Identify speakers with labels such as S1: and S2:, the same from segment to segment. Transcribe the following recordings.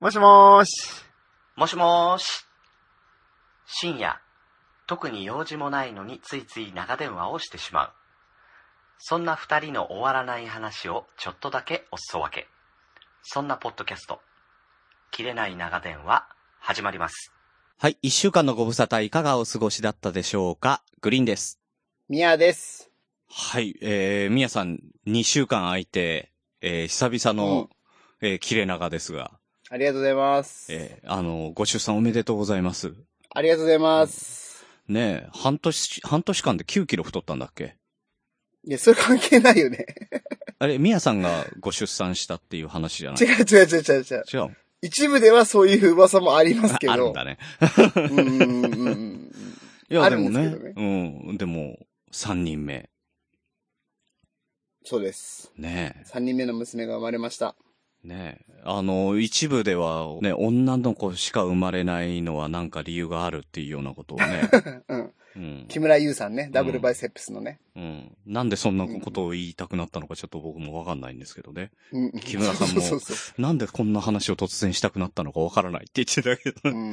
S1: もしもーし。
S2: もしもーし。深夜、特に用事もないのについつい長電話をしてしまう。そんな二人の終わらない話をちょっとだけおすそ分け。そんなポッドキャスト、切れない長電話、始まります。
S3: はい、一週間のご無沙汰いかがお過ごしだったでしょうかグリーンです。
S4: ミヤです。
S3: はい、えー、みやさん、二週間空いて、えー、久々の、えー、切れ長ですが、
S4: ありがとうございます。
S3: えー、あの、ご出産おめでとうございます。
S4: ありがとうございます。
S3: ねえ、半年、半年間で9キロ太ったんだっけ
S4: いや、それ関係ないよね。
S3: あれ、みやさんがご出産したっていう話じゃない
S4: 違う違う違う違う違う。
S3: 違う。
S4: 一部ではそういう噂もありますけど。
S3: あるんだね。
S4: うんうんうんうん
S3: いや、
S4: あ
S3: で
S4: る
S3: も
S4: ん
S3: ね
S4: ですけど
S3: うん、でも、三人目。
S4: そうです。
S3: ねえ。
S4: 三人目の娘が生まれました。
S3: ねえ。あの、一部では、ね、女の子しか生まれないのはなんか理由があるっていうようなことを ね。
S4: うん。
S3: うん。
S4: 木村優さんね、ダブルバイセップスのね。
S3: うん。なんでそんなことを言いたくなったのかちょっと僕もわかんないんですけどね。
S4: うんうん
S3: 木村さんも
S4: そうそうそ
S3: なんでこんな話を突然したくなったのかわからないって言ってた けど
S4: う。う
S3: ね。
S4: ん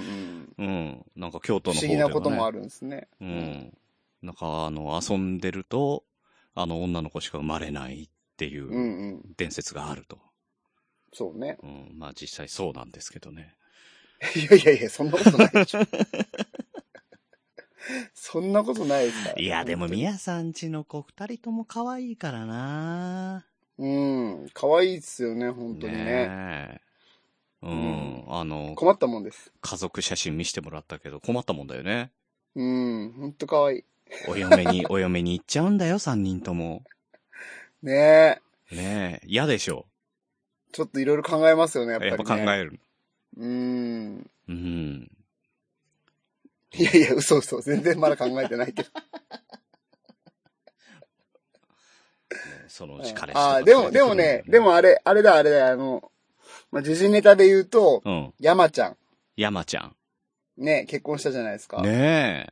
S3: う
S4: うん。
S3: ん。なんか京
S4: 不
S3: 都の
S4: 思
S3: 方
S4: 議
S3: で
S4: な
S3: は、ね。
S4: こともあ
S3: る。
S4: るんですね。
S3: うん。なんかあの、遊んでると、あの、女の子しか生まれないってい
S4: うんう。
S3: ううん伝説があると。
S4: そうね。
S3: うん。まあ実際そうなんですけどね。
S4: いやいやいや、そんなことないで しょ。そんなことないですから。
S3: いや、でも、みやさんちの子二人とも可愛いからな
S4: うん。可愛いっすよね、本当にね
S3: ねえうん、あの、
S4: 困ったもんです。
S3: 家族写真見せてもらったけど困ったもんだよね。
S4: うん、ほんと可愛い。
S3: お嫁 に、お嫁に行っちゃうんだよ、三人とも。
S4: ねえ。
S3: ねえ、嫌でしょ。
S4: ちょっといろいろ考えますよね、やっぱり、
S3: や
S4: ね。
S3: っぱ考える。
S4: うん。
S3: うん。
S4: いやいや、嘘嘘。全然まだ考えてない けど。
S3: そのうち彼氏と
S4: あ
S3: か
S4: あ、でも、でもね、でも、あれ、あれだ、あれだ、あの、まあ、時事ネタで言うと、
S3: うん。
S4: 山ちゃん。
S3: 山ちゃ
S4: ね、結婚したじゃないですか。
S3: ん。ね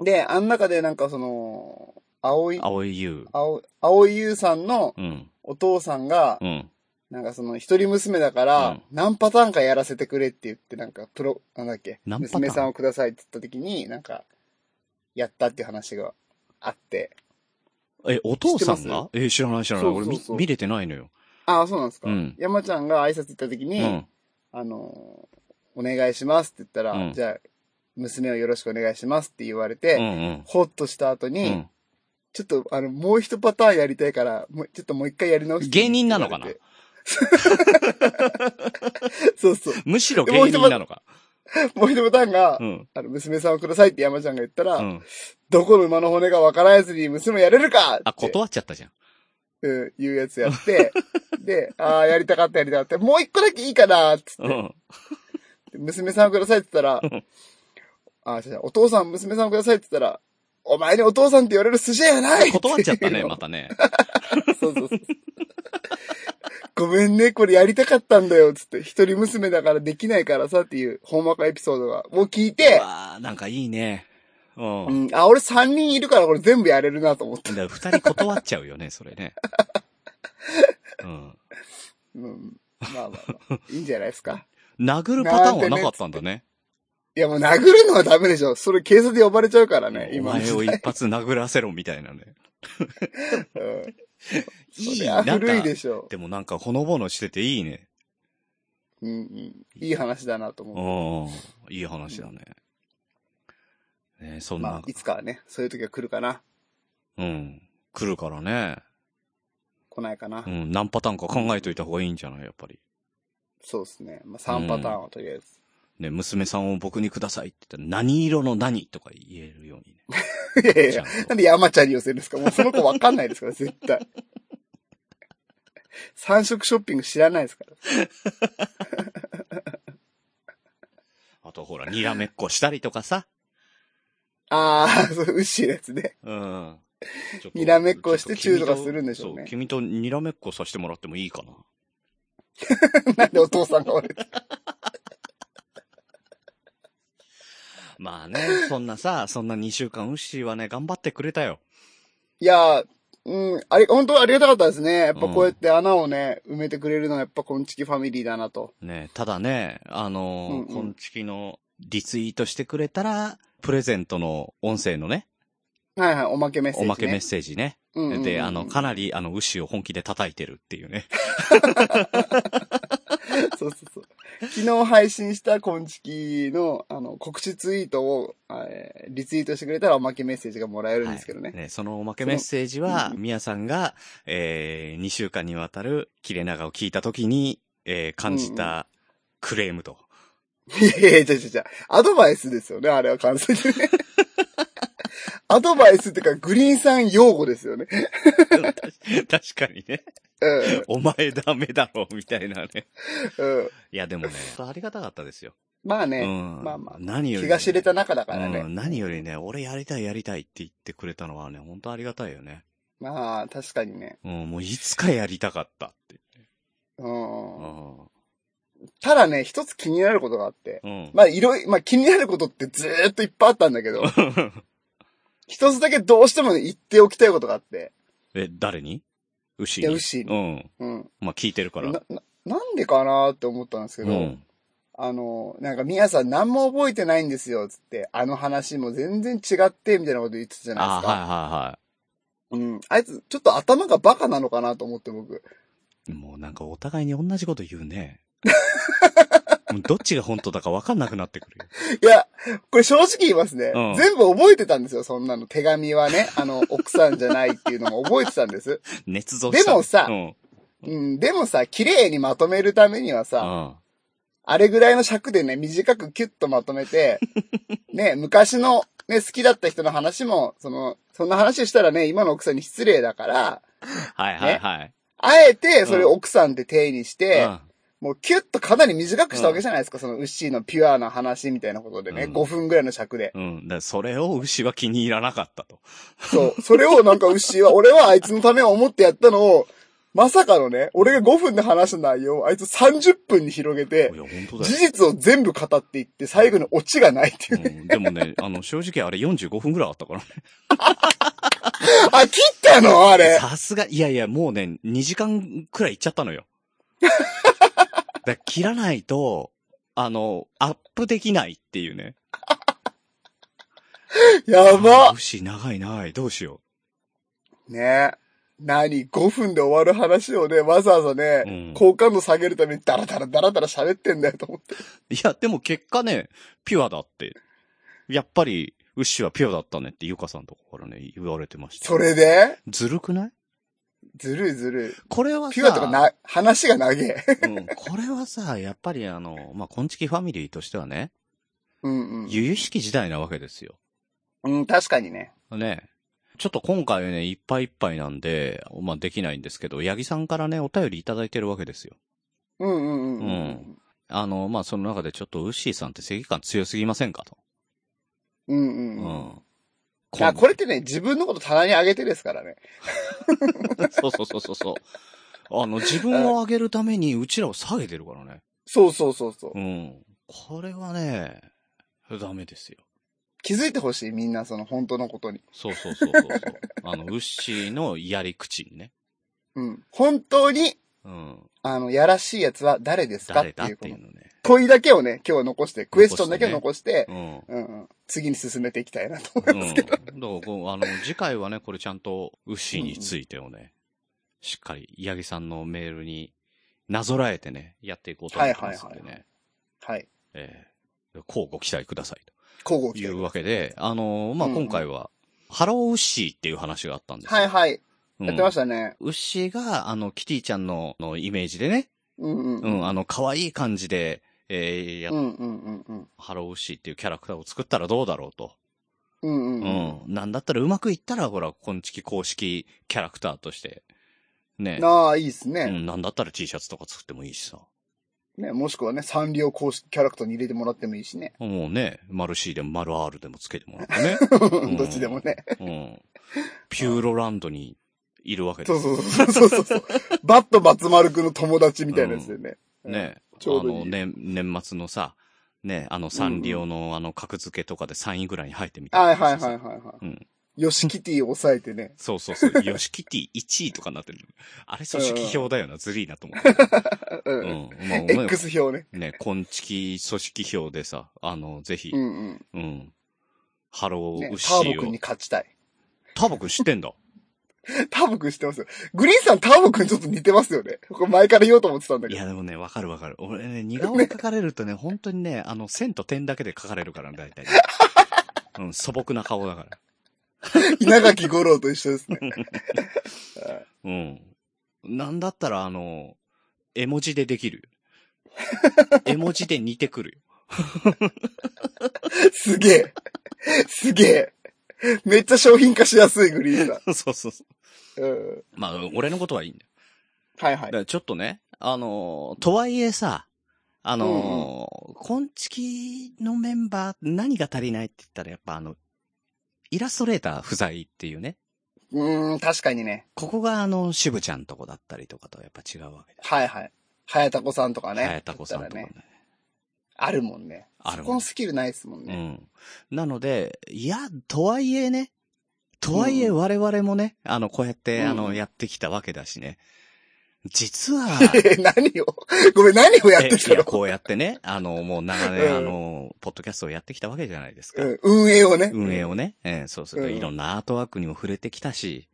S4: で、あん中でなんかその、青
S3: え
S4: い、、
S3: 青い優。
S4: 青、青い優さんの
S3: うん。
S4: お父さんが、
S3: うん。
S4: なんかその、一人娘だから、
S3: うん
S4: 何パターンかやらせてくれって言って、なんか、プロ、なんだっけ、
S3: 何パターン
S4: 娘さんをくださいって言った時に、なんか、やったっていう話があって。
S3: え、お父さん
S4: 知ってま
S3: がえ、知らない知らない。
S4: そう
S3: 俺
S4: そう
S3: 見
S4: そう
S3: 見れてないのよ。
S4: ああ、そうなんですか。
S3: うん
S4: 山ちゃんが挨拶行った時
S3: う
S4: に、
S3: ん。
S4: あのー、お願いしますって言ったら、
S3: うん
S4: じゃあ、娘をよろしくお願いしますって言われて、
S3: うんうん。
S4: ほっとした後
S3: う
S4: に、
S3: ん。
S4: ちょっと、あの、もう一パターンやりたいから、もう、ちょっともう一回やり直してって
S3: 芸人
S4: 言
S3: な
S4: われ
S3: の
S4: て
S3: かな
S4: そうそう。
S3: むしろ芸人なのか。
S4: もう一パターンが、
S3: うん。
S4: あの、娘さんをくださいって山ちゃんが言ったら、
S3: うん。
S4: どこの馬の骨か分からずに娘やれるかって
S3: あ、断っちゃったじゃん。
S4: うん、いうやつや って、で、ああ、やりたかったやりたかった。もう一個だけいいかなっつって、
S3: うん。
S4: 娘さんをくださいって言ったら
S3: うん、
S4: あー違うお父さん、娘さんをくださいって言ったら、お前にお父さんって言われる筋合いはない
S3: 断っちゃったね、ま
S4: ま
S3: たね。
S4: た。 そうそうそう。ごめんね、これやりたかったんだよ、つって。一人娘だからできないからさ、っていう、ほんまかエピソードが、を聞いうて、
S3: わーなんかいいね。う。
S4: うんん、あ、俺三人いるからこれ全部やれるなと思って。
S3: だから二人断っちゃうよね、それ ね。うん。
S4: うん。まあまあまあ、いいんじゃないですか。
S3: 殴るパターンはなかったんだね。
S4: いやもう殴るのはダメでしょ。それ警察で呼ばれちゃうからね、
S3: お
S4: 今の
S3: 前
S4: 時
S3: を
S4: 代。
S3: 一発殴らせろみたいなね。
S4: うん
S3: いい
S4: そりゃ
S3: なんか
S4: 古いでしょ。
S3: でもなんかほのぼのしてていいね。
S4: うんうん。いい話だなと
S3: う
S4: 思う。
S3: ん。いい話だね。ねそん
S4: まあ
S3: な、、
S4: いつかはね、そういう時が来るかな。
S3: うん。来るからね。
S4: 来ないかな
S3: う。ん。何パターンか考えといた方がいいんじゃないやっぱり。
S4: そうですね。まあ3パターンはとりあえず。
S3: ね、娘さんを僕にくださいって言ったら何色の何とか言えるようにね。
S4: いやいやいや
S3: ちゃんと
S4: なんで山ちゃんに寄せるんですかもうその子わかんないですから、絶対。三色ショッピング知らないですから。
S3: あとほら、にらめっこしたりとかさ。
S4: あー、そう、ウッシーのやつね。
S3: うん。ちょっと
S4: にらめっこしてチューとかするんでしょうね
S3: そう、君とにらめっこさせてもらってもいいかな。
S4: なんでお父さんが俺。
S3: まあね、そんなさ、そんな2週間、ウッシーはね、頑張ってくれたよ。
S4: いやー、うん、あれ、本当ありがたかったですね。やっぱこうやって穴をね、埋めてくれるのはやっぱこんちきファミリーだなと。
S3: ね、ただね、あのー、
S4: うんうん
S3: こんちきのリツイートしてくれたら、プレゼントの音声のね、
S4: はいはい、おまけメッセージ、
S3: お
S4: ね。
S3: まけメッセージね。
S4: うんうんうん
S3: で、あの、かなり、あの、牛を本気で叩いてるっていうね。
S4: そうそうそう。昨日配信したコンチキの、あの、告知ツイートを、えーリツイートしてくれたらおまけメッセージがもらえるんですけどね。
S3: はいそのおまけメッセージは
S4: そ、の
S3: みやさんが、えー、2週間にわたる切れ長を聞いたときに、えー、感じたクレームと。
S4: い、やいや、じゃじゃじゃアドバイスですよね、あれは完全に ね。アドバイスっていうか、グリーンさん用語ですよね。
S3: 確かにね。
S4: う
S3: お前ダメだろ、みたいなね。
S4: ん。うん。
S3: いや、でもね、ありがたかったですよ。
S4: ま
S3: う
S4: あね、
S3: ん。
S4: まあまあ
S3: 何より、
S4: 気が知れた中だからね。
S3: うん、何よりね、俺やりたいやりたいって言ってくれたのはね、本当ありがたいよね。
S4: まあ、確かにね。
S3: うん、もういつかやりたかったって。う
S4: うん。
S3: ん。
S4: ただね、一つ気になることがあって。
S3: うん。
S4: まあ、いろい、まあ気になることってずーっといっぱいあったんだけど、一つだけどうしてもね言っておきたいことがあって。
S3: え、誰に牛
S4: いや牛に
S3: うん。
S4: うん。
S3: まあ、聞いてるから。
S4: な、な、なんでかなって思ったんですけ
S3: う
S4: ど、
S3: ん。
S4: あの、なんか、みやさん何も覚えてないんですよ、つって、あの話も全然違って、みたいなこと言ってたじゃないで
S3: あ
S4: す
S3: ー
S4: か。
S3: はいはいは
S4: うん。あいつ、ちょっと頭がバカなのかなと思って、僕。
S3: い。もうなんかお互いに同じこと言うね。 もうどっちが本当だか分かんなくなってくるよ。
S4: いや、これ正直言いますね。
S3: うん
S4: 全部覚えてたんですよ、そんなの。手紙はね、あの、奥さんじゃないっていうのも覚えてたんです。
S3: 捏造した。
S4: でもさ
S3: うん。
S4: うん。でもさ、綺麗にまとめるためにはさ、あれぐらいの尺でね、短くキュッとまと めて、ね、昔のね、好きだった人の話も、その、そんな話したらね、今の奥さんに失礼だから、
S3: うん。はいはいはい。
S4: あえてそれを奥さんって体にして、
S3: うん
S4: もうキュッとかなり短くしたわけじゃないですか、そのウッシーのピュアな話みたいなことでね、
S3: うん
S4: 5分ぐらいの尺で。
S3: うん。だからそれを牛は気に入らなかったと。
S4: そう、それをなんかウッシーは、俺はあいつのためを思ってやったのを、まさかのね、俺が5分で話した内容をあいつ30分に広げて
S3: い、や、本当だよ
S4: 事。実を全部語っていって、最後にオチがないっていう
S3: うん、でもね、あの、正直あれ45分ぐらいあったからね。
S4: あ、切ったのあれ。
S3: さすが、いやいや、もうね、2時間くらいいっちゃった のよ。だから切らないと、あの、アップできないっていうね。
S4: やば。
S3: 牛長い長い、どうしよ
S4: ね何 ?5 分で終わる話をね、わざわざ
S3: う
S4: ね、
S3: ん
S4: 好感度下げるためにダラダラダラダラ喋ってんだよと思って。
S3: う。いや、でも結果ね、ピュアだって。やっぱり、牛はピュアだったねって、ゆかさんとこからね、言われてました。
S4: それで
S3: ずるくない
S4: ずるいずるい。
S3: これはさ、
S4: ピュアとかな、話が長え。
S3: うん、これはさ、やっぱりあの、まあ、こんちきファミリーとしてはね、
S4: うん
S3: 由々しき時代なわけですよ。
S4: うん。うん、確かにね。
S3: ね。ちょっと今回ね、いっぱいいっぱいなんで、まあ、できないんですけど、八木さんからね、お便りいただいてるわけですよ。
S4: うんうんうん。
S3: うんあの、まあ、その中でちょっと、ウッシーさんって正義感強すぎませんかと。
S4: うんう
S3: うん
S4: うん。
S3: こ
S4: あ、これってね、自分のこと棚に上げてですからね。
S3: そうそうそうそうそう。あの、自分を上げるために、うちらを下げてるからね。
S4: そうそうそうそう。
S3: うん。これはね、ダメですよ。
S4: 気づいてほしい、みんな、その本当のことに。
S3: そうそうそうそうそう。 あの、ウッシーのやり口にね。
S4: うん。本当に、
S3: うん。
S4: あの、やらしいやつは誰ですかっ
S3: 誰
S4: て
S3: だっ
S4: いうこ
S3: てい
S4: と
S3: う。のね。
S4: 問いだけをね、今日は残して、クエスチョンだけを残して、
S3: うん。
S4: うんうん、次に進めていきたいなと
S3: う
S4: 思い
S3: ん。
S4: ま
S3: だ
S4: す
S3: か
S4: けど。
S3: らこう、あの、次回はね、これちゃんと、ウッシーについてをね、しっかり、八木さんのメールになぞらえてね、やっていこうと思ってますんで
S4: はいはい
S3: ね。
S4: はい。
S3: ええ交互期待ください
S4: 交互
S3: と
S4: 期
S3: い
S4: 待
S3: うわけで、あの、まあ、
S4: うんうん
S3: 今回は、ハローウッシーっていう話があったんです
S4: はいはい。
S3: い。
S4: やってましたたね。
S3: ウッシーが、あの、キティちゃんの、のイメージでね、
S4: うんうん。う
S3: うんん、あの、可愛い感じで、ええや
S4: うんうんうん。
S3: ハローウッシーっていうキャラクターを作ったらどうだろうと。
S4: うんうんうん。
S3: うん。なんだったらうまくいったら、ほら、こんちき公式キャラクターとして。ね。
S4: なあ、いいです
S3: う
S4: ね。
S3: ん、なんだったら T シャツとか作ってもいいしさ。
S4: ね、もしくはね、サンリオ公式キャラクターに入れてもらってもいいしね。
S3: もうね、丸 C でも丸 R でもつけてもらってね。うん
S4: どっちでもね。。
S3: うん。ピューロランドにいるわけで
S4: そ
S3: す
S4: う。そうそうそうそう そう。バット松丸くんの友達みたいなやつでね。
S3: ね。
S4: ちょうどいい
S3: あの、ね、年末のさ、ね、あの、サンリオの、あの、格付けとかで3位ぐらいに入ってみた
S4: はい
S3: な
S4: は
S3: や
S4: い
S3: つさ
S4: はいはいはい。
S3: うん。
S4: ヨシキティを抑えてね。
S3: そうそうそう。 ヨシキティ1位とかになってる。あれ、組織票だよな。ずりーなと思って。
S4: う。
S3: うんん。まあ、お前
S4: X 票ね。
S3: ね、昆虫組織票でさ、あの、ぜひ、
S4: う
S3: うん。
S4: ん
S3: ハロ
S4: うん。ね
S3: ー、ウッシ
S4: ターボ
S3: ー
S4: くん
S3: を
S4: に。勝ちたい。
S3: タボくん知 ってんだ。
S4: ターボくん知ってますよ。グリーンさんターボくんちょっと似てますよね。これ前から言おうと思ってたんだ
S3: い
S4: けど。
S3: や、でもね、わかるわかる。俺 ね、似顔絵描かれるとね、本当にね、あの、線と点だけで描かれるからね、大 体ね。うん、素朴な顔だから。
S4: 稲垣吾郎と一緒ですね。
S3: うん。なんだったら、あの、絵文字ででき るよ。絵文字で似てくるよ。
S4: すげえ。すげえ。めっちゃ商品化しやすいグリーンさ
S3: そうそうそう。
S4: ん。うん。
S3: まあ、俺のことはいいんだよ。
S4: はい
S3: だ
S4: はい
S3: か。らちょっとね、あのーとはいえさ、あのー、昆虫のメンバー、何が足りないって言ったら、やっぱあの、イラストレーター不在っていうね。
S4: うーん、確かにね。
S3: ここがあの、しぶちゃんとこだったりとかとはやっぱ違うわけだ。
S4: はいはい。はやたこさんとかね。
S3: はやたこさんとか
S4: だ
S3: ね
S4: ったら。あるもんね。
S3: ある
S4: そ
S3: もん
S4: このスキルないですもん
S3: う
S4: ね。
S3: ん。なので、いや、とはいえね、とはいえ
S4: うん
S3: 我々もね、あの、こうやって、
S4: うん
S3: あの、やってきたわけだしね。実 は、
S4: え、何をごめん、何をやってき
S3: え
S4: た
S3: いや、
S4: の
S3: こうやってね、あの、もう長年、
S4: うん
S3: あの、ポッドキャストをやってきたわけじゃないですか。
S4: うん運営をね。
S3: 運営をね、えーそうそう、
S4: うん
S3: いろんなアートワークにも触れてきたし、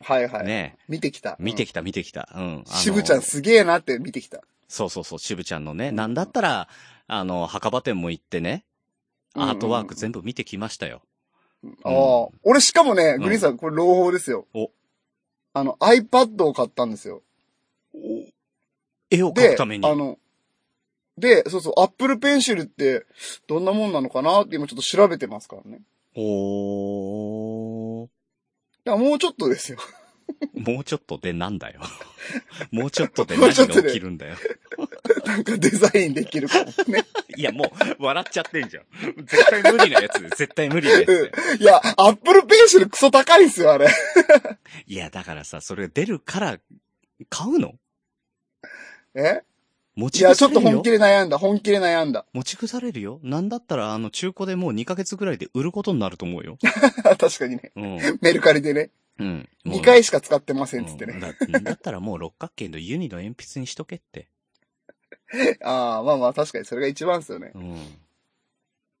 S4: はいはい。
S3: ね、
S4: 見てきた。
S3: 見てきた見てきた、うん。あの
S4: しぶちゃんすげえなって見てきた。
S3: そうそうそう、渋ちゃんのね、なんだったら、あの、墓場店も行ってね、アートワーク全部見てきましたよ。
S4: ああ。俺しかもね、グリーンさん、これ朗報ですよ。
S3: お
S4: あの、iPad を買ったんですよ。
S3: 絵を描
S4: で、
S3: くために。
S4: あの、で、そうそう、Apple Pencil ってどんなもんなのかなって今ちょっと調べてますからね。
S3: おー。
S4: だからもうちょっとですよ。
S3: もうちょっとでなんだよ。もうちょっとで
S4: も
S3: 何
S4: うちょっと
S3: が
S4: で
S3: 起きるんだよ。
S4: なんかデザインできるかもね。
S3: いや、もう、笑っちゃってんじゃん。絶対無理なやつ。絶対無理なやつだよ。
S4: いや、Apple Pencil クソ高いんすよ、あれ。
S3: いや、だからさ、それ出るから、買うの
S4: え
S3: 持
S4: い
S3: ち
S4: や、ち
S3: 腐
S4: ょっ
S3: れ
S4: と
S3: る
S4: 本
S3: よ
S4: 気。で悩んだ、本気で悩んだ。
S3: 持ち腐れるよ。なんだったら、あの、中古でもう2ヶ月ぐらいで売ることになると思うよ。
S4: 確かにね。
S3: うん。
S4: メルカリでね。
S3: うん。もう
S4: 2回しか使ってませんっつって
S3: うん
S4: ね。
S3: だだったらもう六角形のユニの鉛筆にしとけって。
S4: ああ、まあまあ確かにそれが一番ですよね。
S3: うん。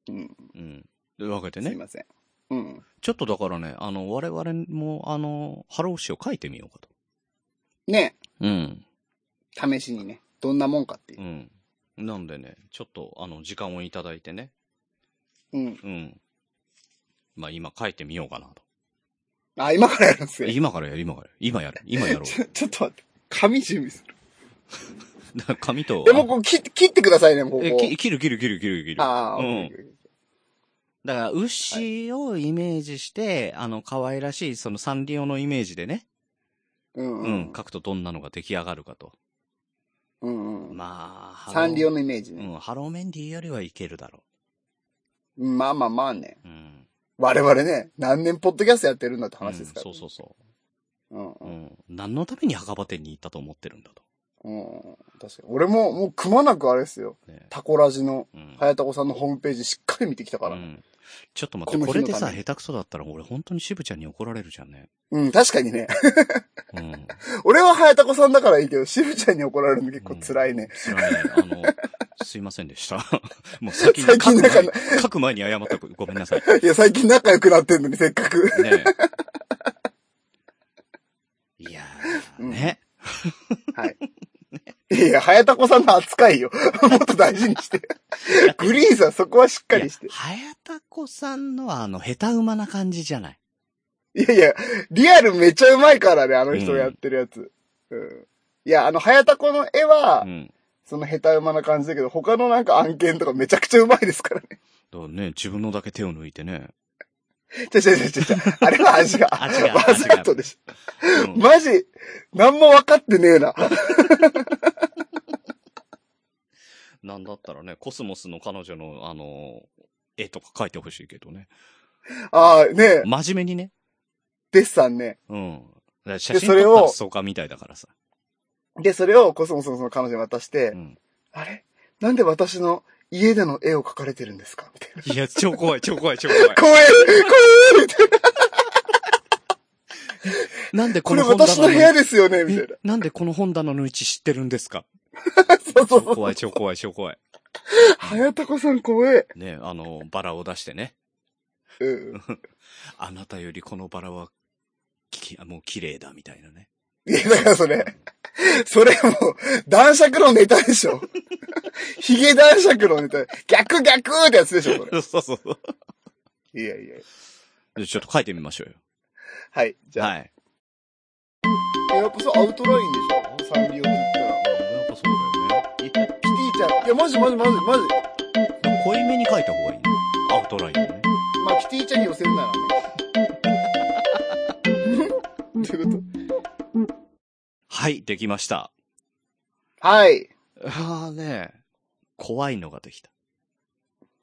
S4: うん。
S3: うん。というわけです
S4: い
S3: ね。
S4: ません。うん。
S3: ちょっとだからね、あの、我々も、あの、ハロー詩を書いてみようかと。
S4: ね、
S3: うん。
S4: 試しにね、どんなもんかっていう
S3: う。ん。なんでね、ちょっと、あの、時間をいただいてね。
S4: うん。
S3: うん。まあ、今書いてみようかなと。
S4: あ、今からやるんですよ。
S3: 今からやる、今からやる。今や る、今やろ
S4: ちょちょっと待って。紙準備する。
S3: う。だから紙と。
S4: でもうこう切って、切ってくださいね、ここ。
S3: え、き切る、切る、切る、切る、切る。
S4: ああ、
S3: うん。だから、牛をイメージして、あの、可愛らしい、そのサンリオのイメージでね。
S4: うん。
S3: う。
S4: うんん。
S3: 書くとどんなのが出来上がるかと。
S4: うんうん。
S3: まあ、ハロー
S4: サンリオのイメージ
S3: う
S4: ね。
S3: ん、ハローメンディーよりはいけるだろ
S4: うんまあまあまあね。
S3: う。うん。
S4: 我々ね、何年ポッドキャストやってるんだって話ですから。。
S3: うんそうそう
S4: うん
S3: うそう。うん。何のために墓場店に行ったと思ってるんだと。
S4: うん。うん。確かに。俺も、もうくまなくあれですよ。
S3: ね。
S4: タコラジの、
S3: うん
S4: はやたこさんのホームページしっかり見てきたから
S3: う
S4: ね。
S3: ん、ちょっと待っ
S4: こ
S3: て、
S4: の
S3: こ
S4: 日
S3: れ
S4: の
S3: でさ、
S4: ため
S3: 下手くそだったら俺本当に渋ちゃんに怒られるじゃんね。
S4: うん、確かにね。
S3: うん。
S4: 俺ははやたこさんだからいいけど、しぶちゃんに怒られるの結構辛いね。
S3: それはね、あの、 すいませんでした。 もう先に書く
S4: 最近
S3: 前
S4: なん
S3: に、書く前に謝ったごめんなさい。
S4: いや、最近仲良くなってんのに、せっかく。
S3: ねえいやー、
S4: うん
S3: ね。
S4: はい。いや、はやたこさんの扱いよ。 もっと大事に して。グリーンさん、そこはしっかりして。
S3: はやたこさんのはあの、下手馬な感じじゃない。
S4: いやいや、リアルめちゃうまいからね、あの人がやってるやつ。うん。いや、あの、はやたこの絵は、
S3: うん。
S4: その下手馬な感じだけど、他のなんか案件とかめちゃくちゃうまいですからね。
S3: だからね、自分のだけ手を抜いてね。
S4: ちゃちゃちゃ ちゃちゃ。あれは味が。
S3: 味が
S4: わざとでし
S3: う
S4: ょ。
S3: ん
S4: マジ、なんも分かってねえな。
S3: なんだったらね、コスモスの彼女の、あの、絵とか描いてほしいけどね。
S4: ああ、ねえ、
S3: 真面目にね。
S4: デッサンね。
S3: うん。だから写真
S4: それ
S3: 撮
S4: を
S3: ったらそうかみたいだからさ。
S4: で、それをコスモスのその彼女に渡して、
S3: うん。
S4: あれなんで私の家での絵を描かれてるんですかみたいな。
S3: いや、超怖い、超怖い、超怖い。
S4: 怖え怖えみたい
S3: なんで
S4: こ
S3: こ
S4: れ
S3: の本棚
S4: 私の部屋
S3: の
S4: ですよね、みたい
S3: えなんでこの本棚の位置知ってるんですか
S4: な。そうそうそう。
S3: 怖い、超怖い、超怖い。
S4: はやたこさん怖え。
S3: ね、あの、バラを出してね。
S4: うん。
S3: あなたよりこのバラは、き、もう綺麗だ、みたいなね。
S4: いや、だからそれ、それもう、男爵のネタでしょ。ヒゲ男爵のネタ。逆逆ってやつでしょ、それ。
S3: そうそうそう。
S4: いやいや。
S3: でちょっと書いてみましょうよ。
S4: はい、じゃあ。
S3: はい。
S4: やっぱそう、アウトラインでしょ。サンリオって言ったら。
S3: やっぱそうだよね。
S4: キティちゃん。いや、マジマジマジマジ。
S3: でも濃いめに書いた方がいいね。アウトラインをね。
S4: まあ、キティちゃんに寄せるな らね。ということ
S3: はい、できました。
S4: はい。
S3: ああね、怖いのができた。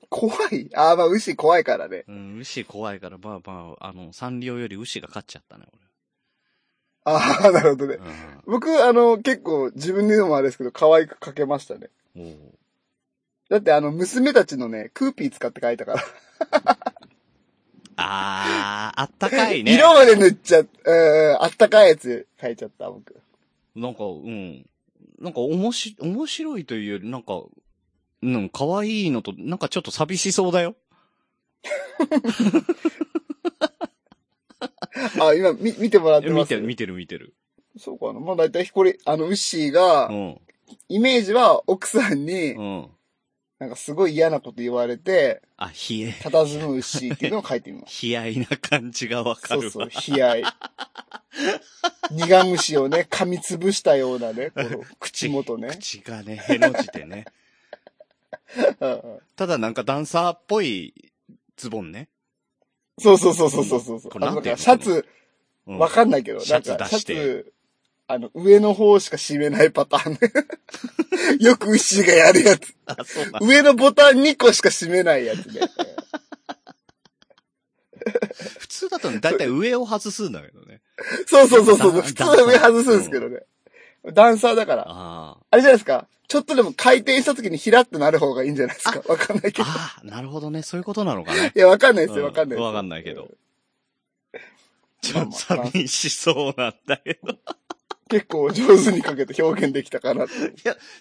S4: 怖いああ、まあ、牛怖いからね。
S3: うん、牛怖いから、まあまあ、あの、サンリオより牛が勝っちゃったね、
S4: ああ、なるほどね。
S3: 俺。
S4: 僕、あの、結構自分で言うのもあれですけど、可愛く描けましたね。
S3: うん。おう
S4: だってあの、娘たちのね、クーピー使って描いたから。
S3: あー、あったか いね。
S4: 色まで塗っちゃっ、うんうん、あったかいやつ描いちゃった、僕。
S3: なんか、うん。なんか、おもし、面白いというより、なんか、うん、可愛いのと、なんかちょっと寂しそうだよ。
S4: あ、今、み、見てもらってま
S3: 見
S4: す。
S3: てる、見てる、見てる。
S4: そうかな。まあ、だいたいこれ、あの、牛
S3: う
S4: が、
S3: ん。
S4: イメージは奥さんに、
S3: うん。
S4: なんかすごい嫌なこと言われて、
S3: あ、ひえ、
S4: 佇む牛っていうのを書いてみます。
S3: 悲哀な感じ がわか
S4: そ
S3: る
S4: う
S3: わ。
S4: そう、悲哀。苦虫をね、噛みつぶしたようなね、この口元 ね。
S3: 口がね、への字で ね。
S4: うんうん
S3: ただなんかダンサーっぽいズボンね。
S4: そうそうそうそうそうそうそう。
S3: これ
S4: あ
S3: な
S4: の
S3: んてう
S4: ない
S3: んの
S4: かシャツ、
S3: うん
S4: わかんないけど、
S3: シ
S4: な
S3: ャ
S4: ん
S3: ツ
S4: か
S3: 出
S4: シャ
S3: して
S4: ツ、あの、上の方しか締めないパターンね。 よく牛がやるやつ。
S3: あ、そうなんだ
S4: 上のボタン2個しか締めないやつ ね。
S3: 普通だとね、だいたい上を外すんだけどね。
S4: そうそうそうそう。
S3: ダン
S4: 普通は上外すんですけどね。ダンサーだから。
S3: あ
S4: あれじゃないですか。ちょっとでも回転した時にひらってなる方がいいんじゃないですか。わかんないけ
S3: あ。
S4: ど。
S3: ああ、なるほどね。そういうことなのか ね。
S4: いや、わかんないです
S3: う
S4: よ、
S3: ん
S4: わかんないですよ
S3: わかんないけど。ち ょ
S4: まあ
S3: っ
S4: ま
S3: と
S4: あ
S3: 寂しそうなんだけど。
S4: 結構上手にかけて表現できたかなと。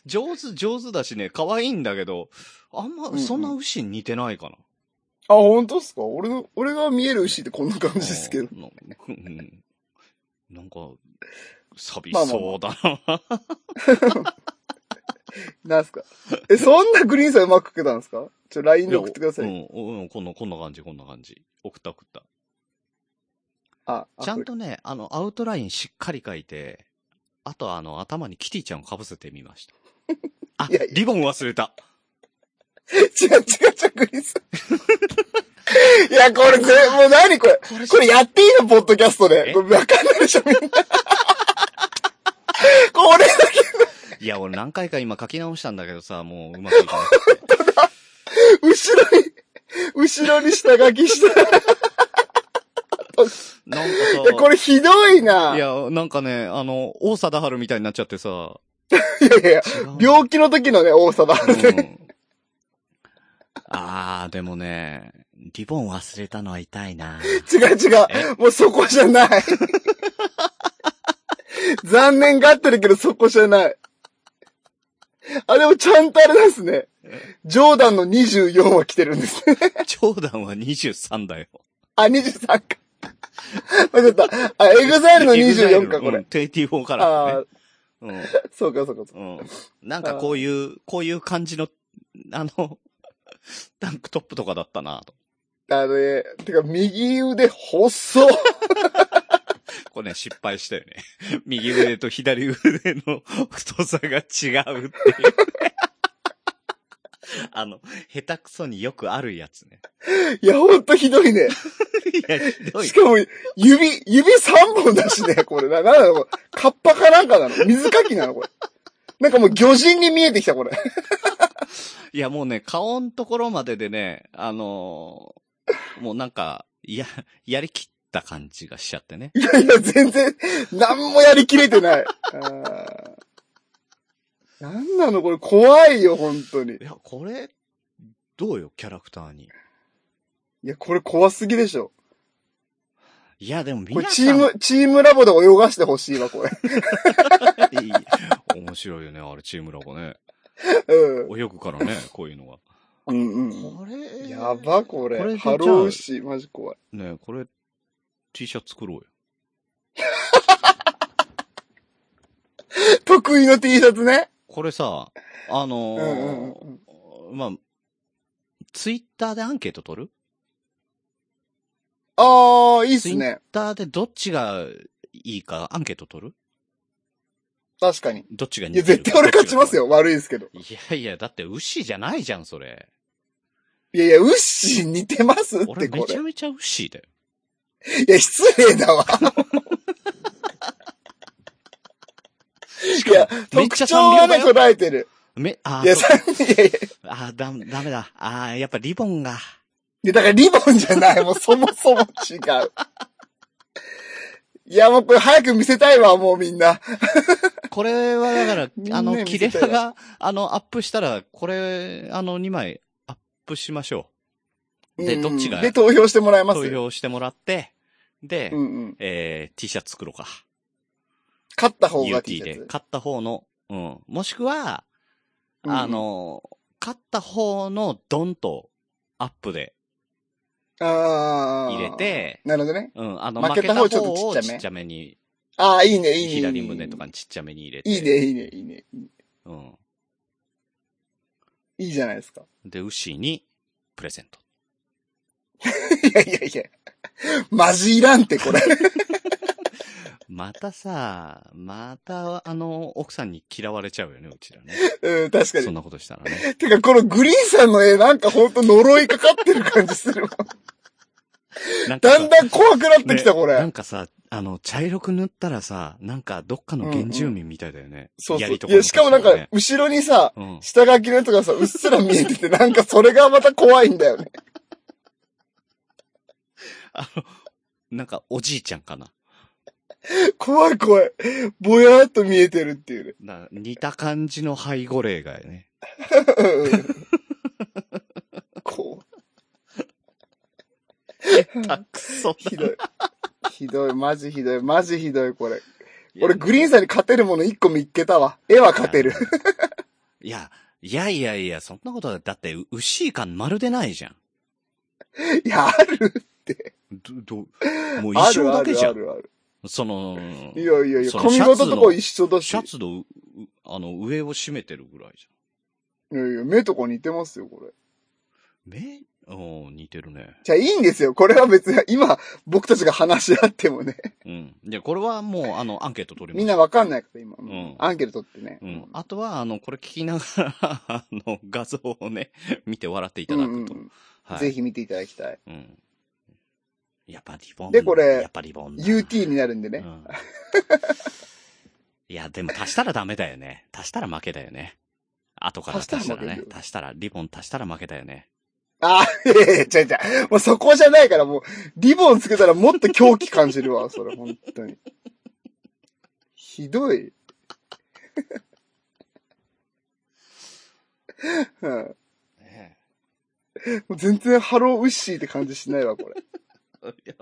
S3: 上手、上手だしね、可愛いんだけど、あん
S4: うんう
S3: ま、
S4: ん
S3: そんな牛に似てないかな。
S4: あ、本当ですか俺の、俺が見える牛ってこんな感じですけど。
S3: な うんなんか、寂しそうだな。
S4: なんすかえ、そんなグリーンさんうまく描けたんですかちょ、LINE で送ってください。
S3: うんうん、こんな、こんな感じ、こんな感じ。送った送った。
S4: あ、あ
S3: ちゃん。とね、あの、アウトラインしっかり書いて、あとあの、頭にキティちゃんを被せてみま した。あ、
S4: いやいや
S3: リボン忘れた。
S4: これ違 う違う違う、グリーンさん。い や、これぜ、もう何これ。
S3: これ
S4: これやっていいのポッドキャストで。
S3: え
S4: これわかんないでしょ、みんな。これだ
S3: いや、俺何回か今書き直したんだけどさ、もううまくいかなくて。
S4: け、後ろに、後ろに下書 きした。い
S3: なん
S4: や、こ
S3: か
S4: れひどいな。
S3: さ、いや、なんかね、あの、王貞治みたいになっちゃってさ、
S4: いやいやいや。
S3: 違う
S4: 病気の時のね、多さだ。
S3: うんあー、でもね、リボン忘れたのは痛いな。
S4: 違う違う。もうそこじゃない。 残念がってるけどそこじゃない。あ、でもちゃんとあれなんですね。ジョーダンの24は来てるんですね。
S3: ジョーダンは23だよ。
S4: あ、23か。間違った。あ、エグザイルの24か、
S3: う
S4: こ
S3: ん
S4: れ。
S3: 24からね
S4: あ。
S3: うん
S4: あ、そうかそうかそうか。
S3: うん。なんかこういう、こういう感じの、あの、タンクトップとかだったなと。
S4: あのね、てか右腕細っ。
S3: これね、失敗したよね。 右腕と左腕の太さが違う っていう。あの、下手くそによくあるやつね。
S4: いや、ほんとひどいね。
S3: いや、ひどい
S4: し。かも、指、指3本だしね、これ。な、なんだろう、これカッパかなんかなの水かきなのこれ。なんかもう魚人に見えてきた、これ。
S3: いや、もうね、顔のところまででね、あのーもうなんか、や、やりきった感じがしちゃってね。
S4: いやいや、全然、なんもやりきれてない。あーなんなのこれ、怖いよ、本当に。い
S3: いや、これ、どうよ、キャラクターに。
S4: や、これ怖すぎでしょ。
S3: いや、でもみん
S4: こ
S3: な
S4: れチーム、チームラボで泳がしてほしいわ、これ。
S3: いい面白いよね、あれ、チームラボね。
S4: うん。
S3: 泳ぐからね、こういうのが。
S4: うんうん。
S3: これ
S4: やば、これ。
S3: これでじゃあ
S4: ハロー牛、マジ怖い。
S3: ねえこれ、T シャツ作ろうよ。
S4: 得意の T シャツね。
S3: これさ、あのー
S4: うんうんう
S3: まあ、ツイッターでアンケート取る
S4: ああ、いいっす
S3: ツイッ
S4: ね。
S3: ターでどっちがいいかアンケート取る
S4: 確かに。
S3: どっちが似
S4: いや、
S3: てる
S4: 絶
S3: か
S4: 対俺勝ちます。よ。
S3: ど
S4: 悪いですけど。
S3: っちがいやいや、だって牛じゃないじゃん、それ。
S4: いやいや、ウッシー似てますっ
S3: 俺
S4: て
S3: め
S4: こ
S3: ち
S4: れ
S3: ゃ。めちゃ牛だよ。
S4: いや、失礼だわ。
S3: し
S4: いや
S3: かも、めっ
S4: 特
S3: ちゃ
S4: 徴
S3: 三
S4: は
S3: 秒
S4: ね、
S3: だよ。
S4: 捉えてる。
S3: め、あー
S4: いや、
S3: そう
S4: さいやいや。
S3: あー、だ、ダメだ。あーやっぱリボンが。
S4: で、だからリボンじゃない。もうそもそも違う。いや、もうこれ早く見せたいわ、もうみんな。
S3: これはだか
S4: みん
S3: ら、
S4: な
S3: あの、
S4: 見
S3: キ
S4: せ
S3: レ
S4: て
S3: ラが、あの、アップしたら、これ、あの、2枚アップしましょで
S4: うん
S3: どっちが。
S4: で、投票してもらいうます。
S3: 投票してもらって、で、
S4: うんうん。
S3: えー、T シャツ作ろうか。
S4: 勝った方が T
S3: UT
S4: シャ
S3: で。
S4: ツ。
S3: 買った方の、うん。もしくは、
S4: うんうん
S3: あ、の、買った方のドンとアップで
S4: あー
S3: 入れ。て、
S4: なるほどね。
S3: うん、あの、負
S4: 負
S3: け
S4: け
S3: た
S4: た
S3: 方
S4: 方
S3: を
S4: を
S3: ち
S4: ちょ
S3: ょ
S4: っ
S3: っと
S4: とち
S3: ちっ
S4: っちゃめ
S3: ちゃめに、
S4: ああ、いいね、いいね。
S3: 左胸とかにちっちゃめに入れて。
S4: いいね、いいね、いいね。
S3: うん。
S4: いいじゃないですか。
S3: で、牛にプレゼント。
S4: いやいやいや。マジいらんって、これ。
S3: またさ、また、あの、奥さんに嫌われちゃうよね、うちらね。
S4: うん、確か
S3: そん
S4: に。
S3: なことしたらね。
S4: てか、このグリーンさんの絵、なんかほんと呪いかかってる感じする わ。
S3: なんか
S4: だ
S3: さ
S4: んだん怖くなってき
S3: ね
S4: た、こ
S3: な
S4: れ。
S3: んかさ、あの、茶色く塗ったらさ、なんかどっかの原住民みたいだよね。
S4: そうそう。
S3: 槍とか
S4: い
S3: 持
S4: や、
S3: って
S4: し
S3: きた
S4: かもなん
S3: ら
S4: か
S3: ね、
S4: 後ろにさ、
S3: うん。
S4: 下書きのやつがさ、うっすら見えてて、なんかそれがまた怖いんだよね。
S3: あの、なんかおじいちゃんかな。
S4: 怖い怖い。ぼやーっと見えてるっていうね。
S3: な似た感じの背後霊がね。
S4: こう、
S3: たくそ
S4: ひどい。 ひどい、マジひどい、マジひどい、これ。
S3: だ。
S4: 俺、グリーンさんに勝てるもの一個見っけたわ。絵は勝てる。
S3: いや、いやいやいや、そんなことはだって、う牛感まるでないじゃん。
S4: いや、ある。
S3: ど、ど、もう
S4: あ
S3: 一生
S4: る、あ
S3: だけ
S4: る、
S3: じゃ
S4: あ
S3: ん。
S4: る、ある。
S3: その、
S4: いやいやいや、
S3: その
S4: 髪
S3: シャツ
S4: 型
S3: の
S4: とか一緒だし。
S3: シャツのう、うあの、上を締めてるぐらいじ
S4: いやいや、目とか似てますよ、これ。
S3: ゃん。目うん、似てるね。
S4: じゃあ、いいんですよ。これは別に、今、僕たちが話し合っ てもね。
S3: うん。で、これはもう、あの、アンケート取ります。
S4: みんなわかんないから、今。
S3: ん
S4: アンケート取ってね。
S3: うん。あとは、あの、これ聞きながら、あの、画像をね、 見て笑っていただくと。
S4: うんうん
S3: はい。
S4: ぜ。ひ見ていただきたい。
S3: うん。やっぱリボン。
S4: でこれ
S3: やっぱリボンだ。
S4: UT になるんで
S3: う
S4: ね。
S3: ん。いや、でも足したらダメだよね。足したら負けだよね。後から足した
S4: 足した
S3: ら
S4: ら負け
S3: ね
S4: る。よ
S3: 足したら、リボン足したら負けだよね。
S4: ああ、いやいや、違う違う。もうそこじゃないから、もう、リボンつけたらもっと狂気感じるわ、それ、本当に。ひどい。 うん
S3: ね
S4: もう全然ハローウッシーって感じしないわ、これ。
S3: えいや、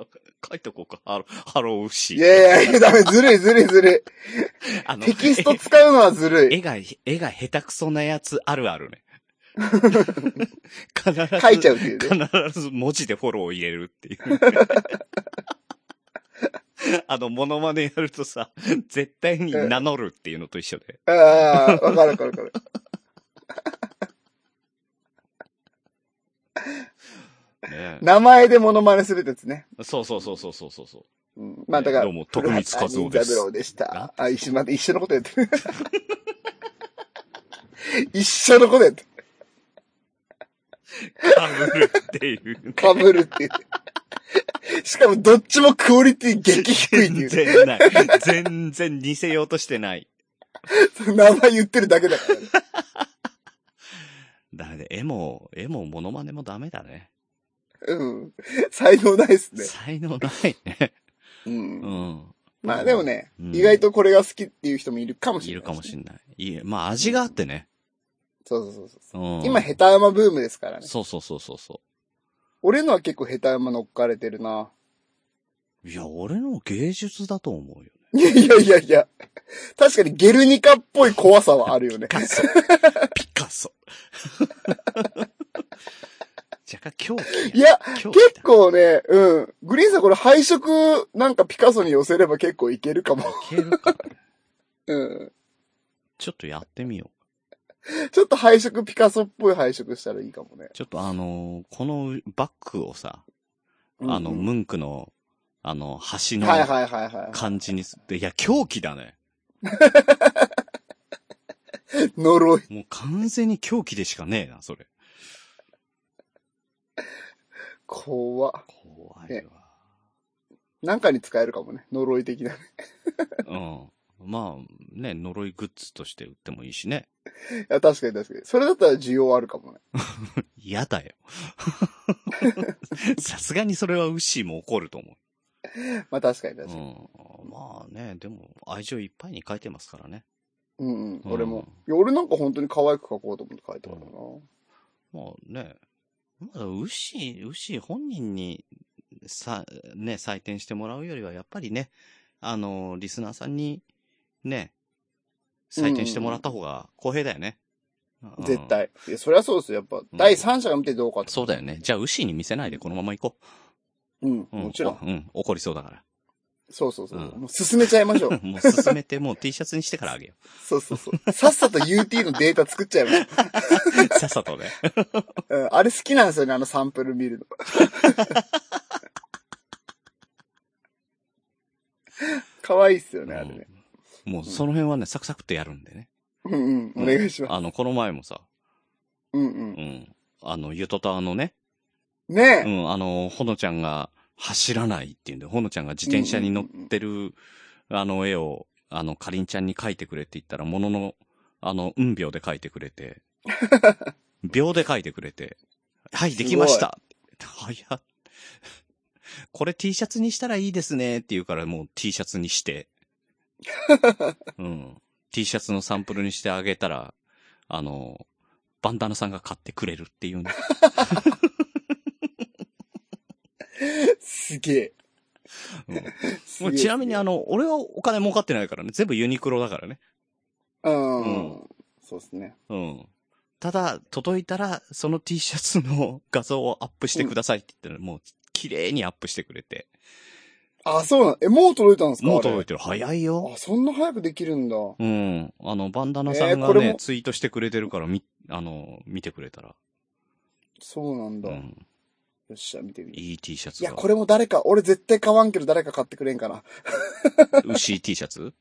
S3: 書いとこうか。ハロー、ハローウッシー。
S4: いやいやいや、ダメ、ずるいずるいずる
S3: あ
S4: い。
S3: の
S4: テキスト使うのはずる
S3: 絵
S4: い。
S3: が、絵が下手くそなやつあるあ るね。必ず、
S4: 書いちゃうっていうね。
S3: 必ず文字でフォローを入れるってい う。あの、モノマネやるとさ、絶対に名乗るっていうのと一緒で。
S4: ああ、わかるわかるわかる。
S3: ね
S4: 名前でモノマネするってやつね。
S3: えそうそうそうそうそうそうそう。
S4: うんまあだから、
S3: どうも徳光和夫です
S4: 古畑任三郎でした。あ、一緒、また一緒のことやってる。 一緒のことやってる。
S3: かぶるっていう。
S4: 被るっていう。しかもどっちもクオリティ激低いってい
S3: 全
S4: うね。
S3: 然ない。全然似せようとしてない。
S4: 名前言ってるだけだからね。
S3: ダメだ。絵も、絵もモノマネもダメだね。
S4: うん。才能ないっすね。
S3: 才能ないね。
S4: う。
S3: うんん。
S4: まあでもね、
S3: うん
S4: 意外とこれが好きっていう人もいるかもし
S3: い
S4: れな
S3: る
S4: い、
S3: かもしれない。いいまあ味があってね。
S4: そうそうそうそう。
S3: うん。
S4: 今、ヘタウマブームですからね。
S3: そうそうそうそうそ
S4: 俺のは結構ヘタウマ乗っかれてるな。
S3: いや、俺の芸術だと思うよ。
S4: いやいやいやいや。確かにゲルニカっぽい怖さはあるよね
S3: ピ。カ ソ。ピカソ。 若干狂気。
S4: いや、
S3: 狂気
S4: 結
S3: だ。
S4: 構ね、うん。グリーンさんこれ配色なんかピカソに寄せれば結構いけるかも。
S3: いけるか。
S4: うん。
S3: ちょっとやってみよう。
S4: ちょっと配色ピカソっぽい配色したらいいかもね。
S3: ちょっとあのーこのバッグをさ、あの、
S4: うんうん
S3: ムンクの、あの、橋の
S4: はいはいはいは
S3: 感じにすって、いや、狂気だね。
S4: い。呪い。
S3: もう完全に狂気でしかねえな、それ。
S4: 怖っ。
S3: 怖いわ。
S4: なんかに使えるかもね。呪い的な。
S3: うん。まあ、ね、呪いグッズとして売ってもいいしね。
S4: いや、確かに確かに。それだったら需要あるかもね。
S3: 嫌だよ。 さすがにそれはウッシーも怒ると思う。
S4: まあ確かに確かに。
S3: うん、まあね、でも愛情いっぱいに書いてますからね。
S4: うんうん。
S3: うん
S4: 俺も。いや、俺なんか本当に可愛く描こうと思って描いたからな。
S3: まあね、まだウッシー、ウッシー本人にさ、ね、採点してもらうよりは、やっぱりね、あの、リスナーさんに、ね、採点してもらった方が公平だよね。うん
S4: 絶。対。いや、そりゃそうですよ。やっぱ、
S3: ん
S4: 第三者が見てどうかと。
S3: そうだよね。じゃあ、ウッシーに見せないでこのまま行こ
S4: うん、
S3: う。う
S4: もちろん。。
S3: うん、怒りそうだか
S4: そうそうそう。
S3: うん
S4: もう進めちゃいましょう
S3: ら。。もう進めて、もう T シャツにしてからあげよ
S4: そうそうそう。さっさと UT のデータ作っちゃいましょ
S3: う。 さっさとね。
S4: う。うん、あれ好きなんですよね、あのサンプル見るの。 可愛いっすよね、あれね。
S3: うんもうその辺はね、サクサクってやるんでね。
S4: うんうん、お願いします。
S3: あの、この前もさ、
S4: うんう。
S3: うんん。あの、ゆとたわのね、
S4: ね
S3: う
S4: え。
S3: ん、あの、ほのちゃんが走らないっていうんで、ほのちゃんが自転車に乗ってる、あの絵を、あの、かりんちゃんに描いてくれって言ったら、ものの、あの、うん秒で描いてくれ て、秒で描いてくれて、はい、できました早っ。 これ T シャツにしたらいいですねって言うから、もう T シャツにして、 うん。T シャツのサンプルにしてあげたら、あの、バンダナさんが買ってくれるっていうね。
S4: すげえ。
S3: うん
S4: す
S3: も
S4: げ
S3: う
S4: え
S3: ちなみにあ、の、俺はお金儲かってないからね。全部ユニクロだからね。
S4: うん。
S3: う
S4: そうですね。
S3: うん。ただ、届いたら、その T シャツの画像をアップしてくださいって言ったら、もう、綺麗にアップしてくれて。
S4: あ、そうなん。え、もう届いたんですか
S3: もう届い
S4: て
S3: てる。早いよ
S4: あ。そんな早くできるんだ。
S3: うん。あの、バンダナさん
S4: えー
S3: が
S4: これ
S3: ね、
S4: も
S3: ツイートしてくれてるから、み、あの、見てくれたら。
S4: そうなん
S3: う
S4: だ。
S3: ん。
S4: よっしゃ、見てみる。
S3: いい T シャツ
S4: い
S3: が。
S4: や、これも誰か、俺絶対買わんけど誰か買ってくれんかな。
S3: 牛 T シャツ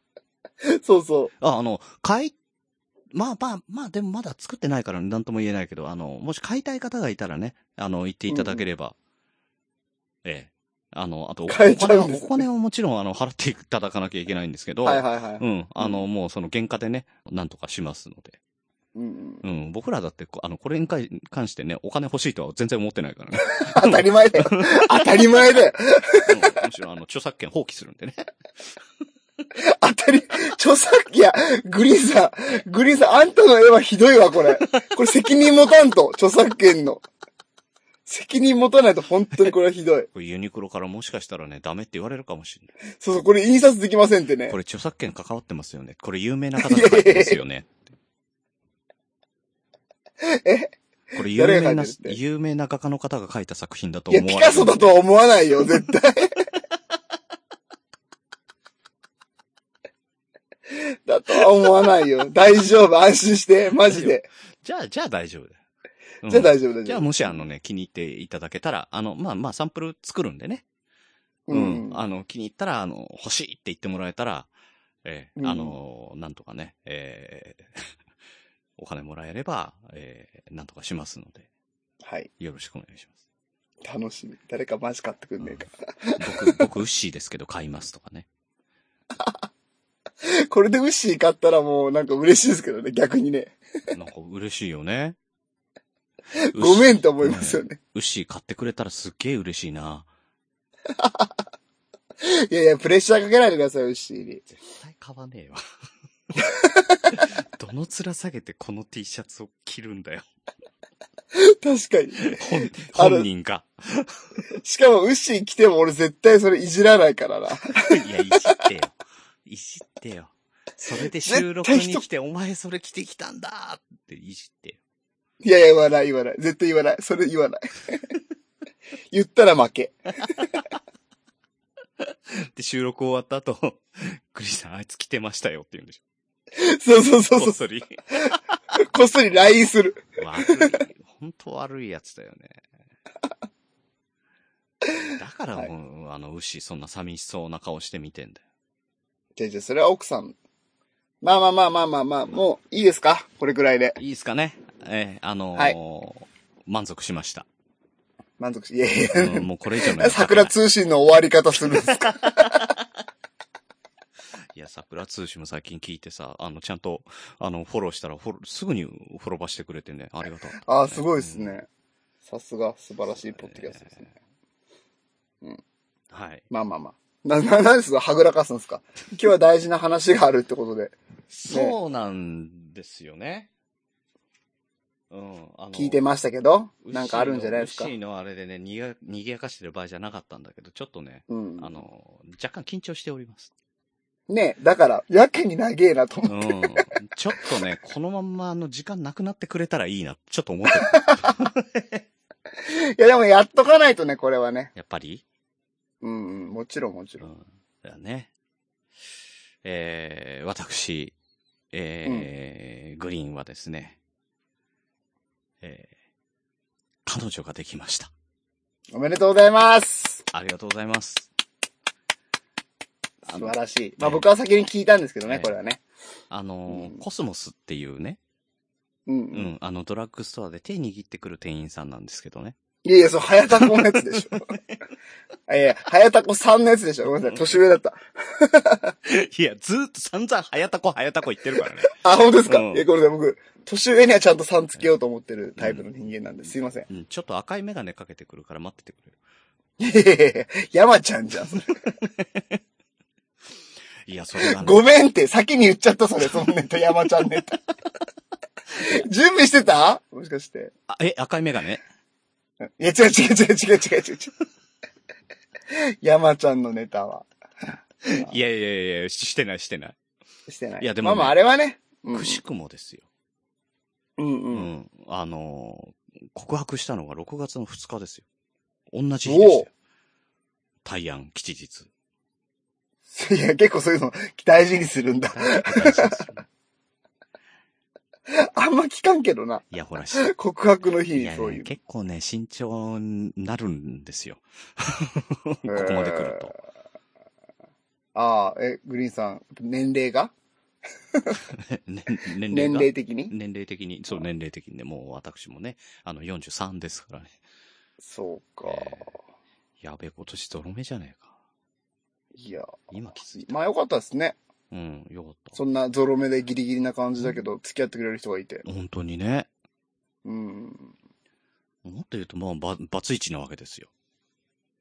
S4: そうそう。
S3: あ、あの、買い、まあまあまあ、でもまだ作ってないから何とも言えないけど、あの、もし買いたい方がいたらね、あの、言っていただければ、ええ。あの、あとお、お
S4: 買えちゃ
S3: 金
S4: う
S3: は、
S4: んですね
S3: お金をもちろん、あの、払っていただかなきゃいけないんですけど、
S4: はいはいはい。
S3: うん、あの、もうその原価でね、なんとかしますので。
S4: うんうん、
S3: うん、僕らだって、こあの、これに関関してね、お金欲しいとは全然思ってないからね。
S4: 当たり前だよ。当たり前だよ。
S3: うんむしろ、あの、著作権放棄するんでね。
S4: 当たり、著作権、いや、グリーンさん、グリーンさん、あんたの絵はひどいわ、これ。これ責任持たんと、著作権の。責任持たないと本当にこれはひどい。
S3: これユニクロからもしかしたらね、ダメって言われるかもしれない。
S4: そうそう、これ印刷できませんってね
S3: こ。れ著作権関わってますよね。これ有名な方が書いてますよね。
S4: え
S3: これ有名
S4: 誰
S3: な
S4: が書いてるっ、て
S3: 有名な画家の方が書いた作品だと
S4: い
S3: 思
S4: や、
S3: われる。
S4: ピカソだとは思わないよ、絶対。だとは思わないよ。大丈夫、安心して、マジで。
S3: じゃあ、じゃあ大丈夫だよ。うん
S4: じゃあ大丈夫、大丈夫。
S3: じゃあもしあのね、気に入っていただけたら、あの、まあまあサンプル作るんでね。
S4: うん。
S3: あの、気に入ったら、あの、欲しいって言ってもらえたら、えー
S4: うん
S3: あの、なんとかね、えー お金もらえれば、えーなんとかしますので、
S4: はい。
S3: よろしくお願いします。
S4: 楽しみ。誰かマジ買ってくんねえか。
S3: 僕、僕、ウッシーですけど買いますとかね。
S4: これでウッシー買ったらもうなんか嬉しいですけどね、逆にね。
S3: なんか嬉しいよね。
S4: ごめ
S3: ん。
S4: んと思いますよね。
S3: ウッシー買ってくれたらすっげえ嬉しいな。
S4: いやいや、プレッシャーかけないでください、ウッシーに。
S3: 絶対買わねえ わ。どの面下げてこの T シャツを着るんだよ。
S4: 確かに。
S3: 本本人が。
S4: しかも、ウッシー来ても俺絶対それいじらないからな。
S3: いや、いじってよ。いじってよ。それで収録に来て、お前それ着てきたんだっていじってよ。
S4: いやいや、言わない、言わない。絶対言わない。それ言わない。言ったら負け。
S3: で、収録終わった後、クリスさんあいつ来てましたよって言うんでしょ。
S4: そうそうそう
S3: こ
S4: そ
S3: っそり。
S4: う。こっそり LINE する。
S3: 悪い。本当悪いやつだよね。だからもう、あの、牛、そんな寂しそうな顔して見てんだよ。
S4: じゃあじゃあそれは奥さん。まあまあまあまあまあまあ、もういいですかこれぐらいで。
S3: いいですかねえーあのー
S4: はい
S3: 満足しま した。
S4: 満足し、いやいや。
S3: うんもうこれ以上のやりたくな
S4: 桜
S3: い。
S4: 通信の終わり方するんですか
S3: いや、桜通信も最近聞いてさ、あの、ちゃんと、あの、フォローしたら、フォロー、すぐにフォローばしてくれてね、ありがとう、
S4: ああ、すごいです。ね。さすが、素晴らしいポッドキャストですね。
S3: はい。
S4: まあまあまあ。な、な、なんですかはぐらかすんですか今日は大事な話があるってこと で。
S3: そうなんですよね。うん。あの
S4: 聞いてましたけど、なんかあるんじゃないですか
S3: ウッシーのウッシーのあれでね、にぎや、にぎやかしてる場合じゃなかったんだけど、ちょっとね、
S4: うん。
S3: あの、若干緊張しております。
S4: ねだから、やけに長えなと
S3: う
S4: 思う。
S3: ん。ちょっとね、このまんま、あの、時間なくなってくれたらいいな、ちょっと思ってる。
S4: いやでもやっとかないとね、これはね。
S3: やっぱり
S4: うんうん、もちろんもち
S3: う
S4: ろん。
S3: ん。だよね。えー、私、えーグリーンはですね、えー、彼女ができました。
S4: おめでとうございます。
S3: ありがとうございます。あ
S4: 素
S3: の
S4: 晴らしい。まあ
S3: ええ
S4: 僕は先に聞いたんですけどね、
S3: ええ
S4: これはね。
S3: あのー、
S4: うん
S3: コスモスっていうね、
S4: うんう。
S3: うんん、あの、ドラッグストアで手握ってくる店員さんなんですけどね。
S4: いやいや、そう、早田子のやつで しょ。いやいや、早田子さんのやつでしょ。ごめんなさい、年上だった。
S3: いや、ずーっと散々早田子早田子言ってるから ね。
S4: あ、本当ですか、
S3: うん
S4: いや、これで僕、年上にはちゃんとさんつけようと思ってるタイプの人間なんで、すいません。
S3: うん、ちょっと赤いメガネかけてくるから待っててくれる。
S4: いやいやいや山ちゃんじゃん、それ
S3: いや、それがね
S4: ごめんって、先に言っちゃった、それ、そのネタ、山ちゃんネタ。準備してたもしかして。
S3: あえ、赤いメガネ
S4: いや、違う違う違う違う違う違う違う。山ちゃんのネタは。
S3: いやいやいやいや、ししてないしてない。
S4: してない。
S3: いやでもね
S4: まあまあ、あれはね。うん
S3: くしくもですよ。
S4: うんう。
S3: うんん。あのー告白したのが6月の2日ですよ。同じ日でしたよ。大安吉日。
S4: いや、結構そういうの大事にするんだ。
S3: 大事ですよね
S4: あんま聞かんけどな。
S3: いや、ほら、し
S4: 告白の日
S3: い
S4: に
S3: や
S4: そうい
S3: ね、
S4: う。
S3: 結構ね、慎重になるんです よ。ここまで来ると。
S4: ああ、え、グリーンさん、年齢が
S3: ね年
S4: 年
S3: 齢が
S4: 齢的に
S3: 年齢的に、そう、年齢的にね、もう私もね、あの、43ですからね。
S4: そうか。
S3: えーやべえ、今年泥目じゃねえか。
S4: いや、
S3: 今きつい。
S4: まあよかったですね。
S3: うん、よかった
S4: そ。んなゾロ目でギリギリな感じだけど、付き合ってくれる人がいて。
S3: 本当にね。
S4: うん。
S3: もっと言うと、まあ、ば、バツイチなわけですよ。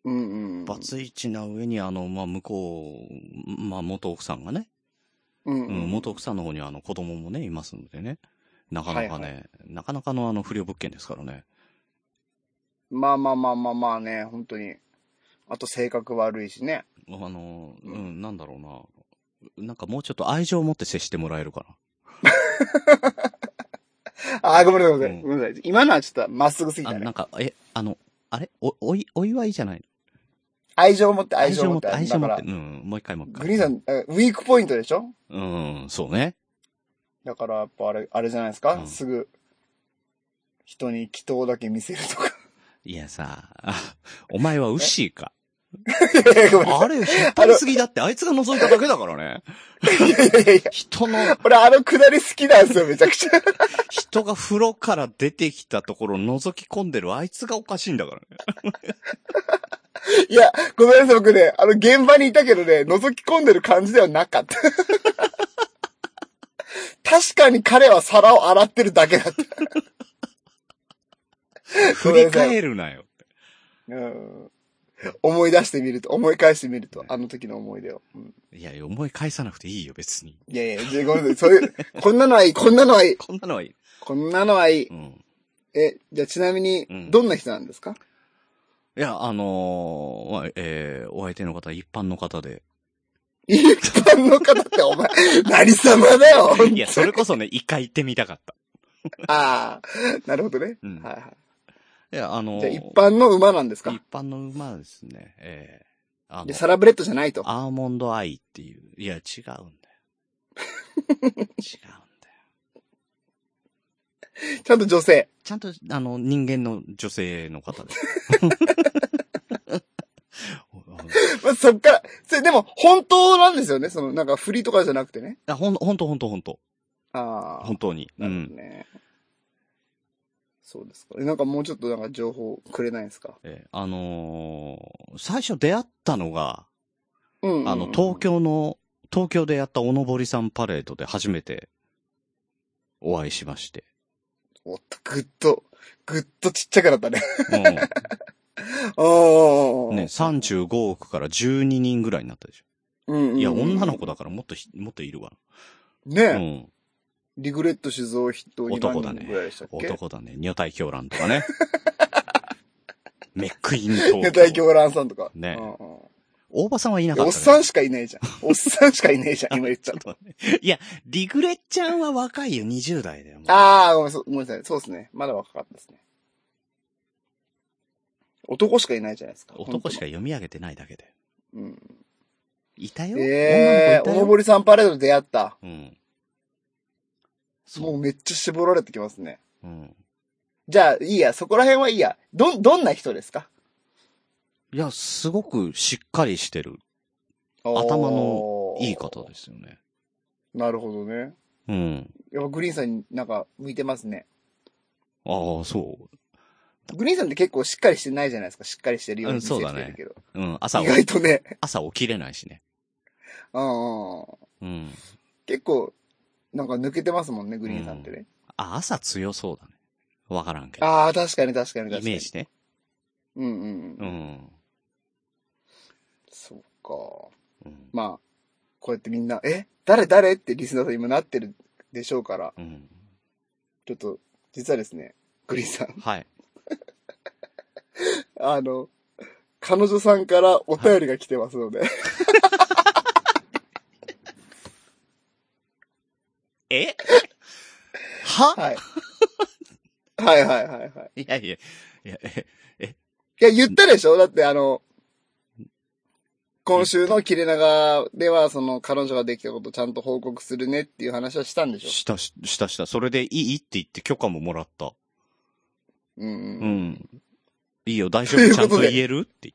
S4: うんうん。
S3: バツイチな上に、あの、まあ、向こう、まあ、元奥さんがね、
S4: うんう
S3: うん、
S4: ん。
S3: 元奥さんの方にあの、子供もね、いますのでね。なかなかね、
S4: はい
S3: なかなかのあの、不良物件ですからね。
S4: まあまあまあまあまあね、本当に。あと性格悪いしね。
S3: あの、うん、
S4: う
S3: なんだろうな。なんかもうちょっと愛情を持って接してもらえるかな。
S4: あー、ごめんなさ
S3: うん
S4: い。ごめんなさい。今のはちょっとまっすぐすぎ
S3: あ
S4: た
S3: な
S4: ね
S3: ん。か、え、あの、あれお、おい、お祝いじゃないの
S4: 愛情を持って、愛情を持って。
S3: 愛情を持って。う
S4: だから
S3: ん、もう一回もう一回。
S4: グリーンさん、えウィークポイントでしょ
S3: うん、そうね。
S4: だからやっぱあれ、あれじゃないですか、
S3: うん
S4: すぐ、人に祈祷だけ見せるとか。
S3: いやさ、 あお前はウッシー か。
S4: いやいやごめんなさ
S3: あれ、引っ張りすぎだって、あいつが覗いただけだからね。
S4: い。いやいやいやいや。
S3: 人の、
S4: 俺あのくだり好きなんですよ、めちゃくちゃ。
S3: 人が風呂から出てきたところを覗き込んでるあいつがおかしいんだからね。
S4: いや、ごめんなさい、僕ね、あの現場にいたけどね、覗き込んでる感じではなかった。 確かに彼は皿を洗ってるだけだった。
S3: 振り返るなよ。
S4: うん思い出してみると、思い返してみると、あの時の思い出を。うん
S3: いやいや、思い返さなくていいよ、別に。
S4: いやいや、ごめんなさい、そういう、こんなのはいい、こんなのはいい、
S3: こんなのはいい。
S4: こんなのはいい。
S3: うん。
S4: え、じゃあちなみに
S3: う、ん
S4: どんな人なんですか、
S3: いや、あのーまあえーお相手の方、一般の方で。
S4: 一般の方ってお前、何様だよ、
S3: いや、それこそね、一回行ってみたかった。
S4: ああ、なるほどね。
S3: うん
S4: はいはい
S3: や、あのー
S4: い。じゃあ一般の馬なんですか
S3: 一般の馬ですね。ええあの
S4: で、サラブレッドじゃないと。
S3: アーモンドアイっていう。いや、違うんだよ。違 うんだよ。
S4: ちゃんと女性。
S3: ちゃんと、あの、人間の女性の方です。
S4: まあ、そっから、それでも本当なんですよね。その、なんか振りとかじゃなくてね。
S3: あほん、ほんとほんとほんと。
S4: ああ
S3: 本。当に。う
S4: なるほど
S3: ん。
S4: ね。そうですか。えなんかもうちょっとなんか情報くれないですか
S3: ええあのー最初出会ったのが、
S4: うんうんうん、
S3: あの、東京の、東京でやったおのぼりさんパレードで初めてお会いしまして。
S4: おっと、ぐっと、ぐっとちっちゃくなったね。
S3: う
S4: お
S3: ん。ね、35億から12人ぐらいになったでし
S4: うんうんう
S3: ょ。
S4: ん
S3: いや、女の子だからもっとひ、 もっといるわ。
S4: ね
S3: う
S4: え、
S3: ん。
S4: リグレット酒造筆頭2番
S3: 男だ
S4: 人
S3: ね
S4: ぐらいでしたっ。け、
S3: 男だね。女体狂乱とか ね。メックイン東京。
S4: ね、大京蘭さんとか。
S3: ね
S4: うんうん
S3: 大場さんはいなかった、
S4: お
S3: ね。
S4: っさんしかいないじゃん。おっさんしかいないじゃん、今言っち ゃった。
S3: いや、リグレッちゃんは若いよ、20代だよ。もう
S4: あー、ごめんそうごめんなさい。そうですね。まだ若かったですね。男しかいないじゃないですか。
S3: 男しか読み上げてないだけで。
S4: 本当
S3: いたよ。
S4: に。うん。えー、
S3: 女
S4: おの
S3: の子
S4: ぼ
S3: い
S4: りさんパレードで出会った。
S3: たよ。うん。そ
S4: も
S3: う。
S4: うめっちゃ絞られてきますね。
S3: うん。
S4: じゃあ、いいや、そこら辺はいいや。ど、どんな人ですか
S3: いや、すごくしっかりしてる。頭
S4: 頭
S3: のいい方ですよね。
S4: なるほどね。
S3: うん。
S4: やっぱグリーンさんになんか向いてますね。
S3: ああ、そ
S4: グリーンさんって結構しっかりしてないじゃないですか。しっかりしてるように
S3: うん
S4: 見せ
S3: そう
S4: て
S3: だ
S4: き
S3: ね
S4: てるけど。
S3: う。うん。朝
S4: 意
S3: 起、
S4: 外とね。
S3: 朝起きれないしね。
S4: うんうん。
S3: うん。
S4: 結構、なんか抜けてますもんね、グリーンさんってね。
S3: あ、朝強そうだね。わからんけど。
S4: ああ、確かに確かに
S3: イ
S4: 確かに。
S3: メージね。
S4: うんうん。う、
S3: うんん。
S4: そうか。
S3: うん。
S4: まあ、こうやってみんな、え誰誰ってリスナーさん今なってるでしょうから、
S3: うん。
S4: ちょっと、実はですね、グリーンさん、
S3: はい。
S4: あの、彼女さんからお便りが来てますので、
S3: え は
S4: はい。はいはいはいはい。
S3: いやいや、いや、え
S4: いや、言ったでしょだってあの、今週の切れ長では、その、彼女ができたことちゃんと報告するねっていう話はしたんでしょ
S3: したし、したした。それでいいって言って許可ももらった。
S4: うんうん
S3: う
S4: うん。
S3: ん。いいよ、大丈夫、ちゃんと言えるって。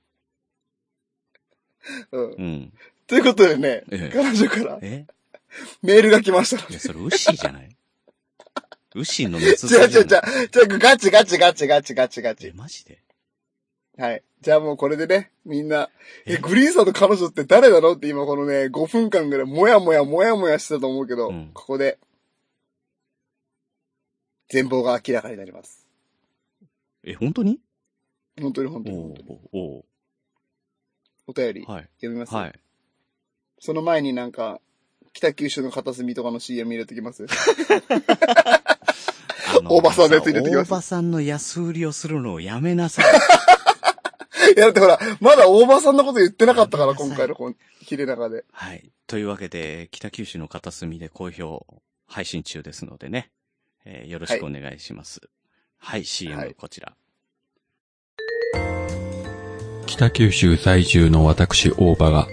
S4: うん。
S3: うん。
S4: ということでね、
S3: ええ
S4: 彼女から
S3: え
S4: メールが来ました
S3: い
S4: ので
S3: や、それ、ウッシーじゃないウッシーの熱
S4: 違う違う違う。
S3: じゃない
S4: じゃあ、ガチガチガチガチガチガ
S3: え、
S4: チ。
S3: マジで
S4: はい。じゃあもうこれでね、みんな、
S3: え
S4: え、グリーンさんと彼女って誰だろうって今このね、5分間ぐらい、もやもやもやもやしてたと思うけど、
S3: うん
S4: ここで、全貌が明らかになります。
S3: え、本当に
S4: 本当に本当に
S3: お
S4: 本
S3: う
S4: 当に。
S3: お
S4: お便り
S3: うはい。
S4: 読みます、
S3: はい。
S4: その前になんか、北九州の片隅とかの CM 入れときます
S3: あの
S4: 大場さんのやつ入れてきます
S3: 大場さんの安売りをするのをやめなさい。
S4: いや、だってほら、まだ大場さんのこと言ってなかったから、
S3: ごめん
S4: 今
S3: なさい
S4: 回の本、切れ長で。
S3: はい。というわけで、北九州の片隅で好評配信中ですのでね、えーよろしくお願いします。はい、
S4: は
S3: CM
S4: い
S3: こちら。
S1: 北九州在住の私、大場が、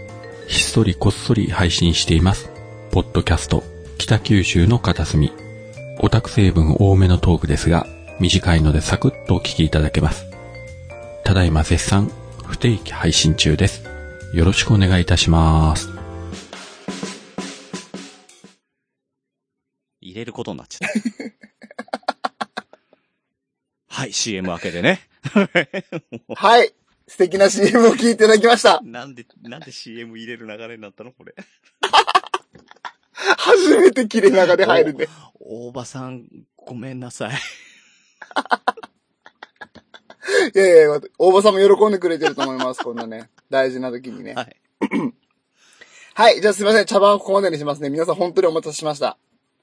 S1: ひっそりこっそり配信しています。ポッドキャスト、北九州の片隅。オタク成分多めのトークですが、短いのでサクッとお聞きいただけます。ただいま絶賛、不定期配信中です。よろしくお願いいたします。
S3: 入れることになっちゃった。はい、CM 明けでね。
S4: はい。素敵な CM を聞いていただきました。
S3: なんで、なんで CM 入れる流れになったのこれ。
S4: 初めて切れ長で入るんで。
S3: 大場さん、ごめんなさい。
S4: いやいや、大場さんも喜んでくれてると思います、こんなね。大事な時にね。
S3: はい。
S4: はい、じゃあすいません。茶番をここまでにしますね。皆さん本当にお待たせしました。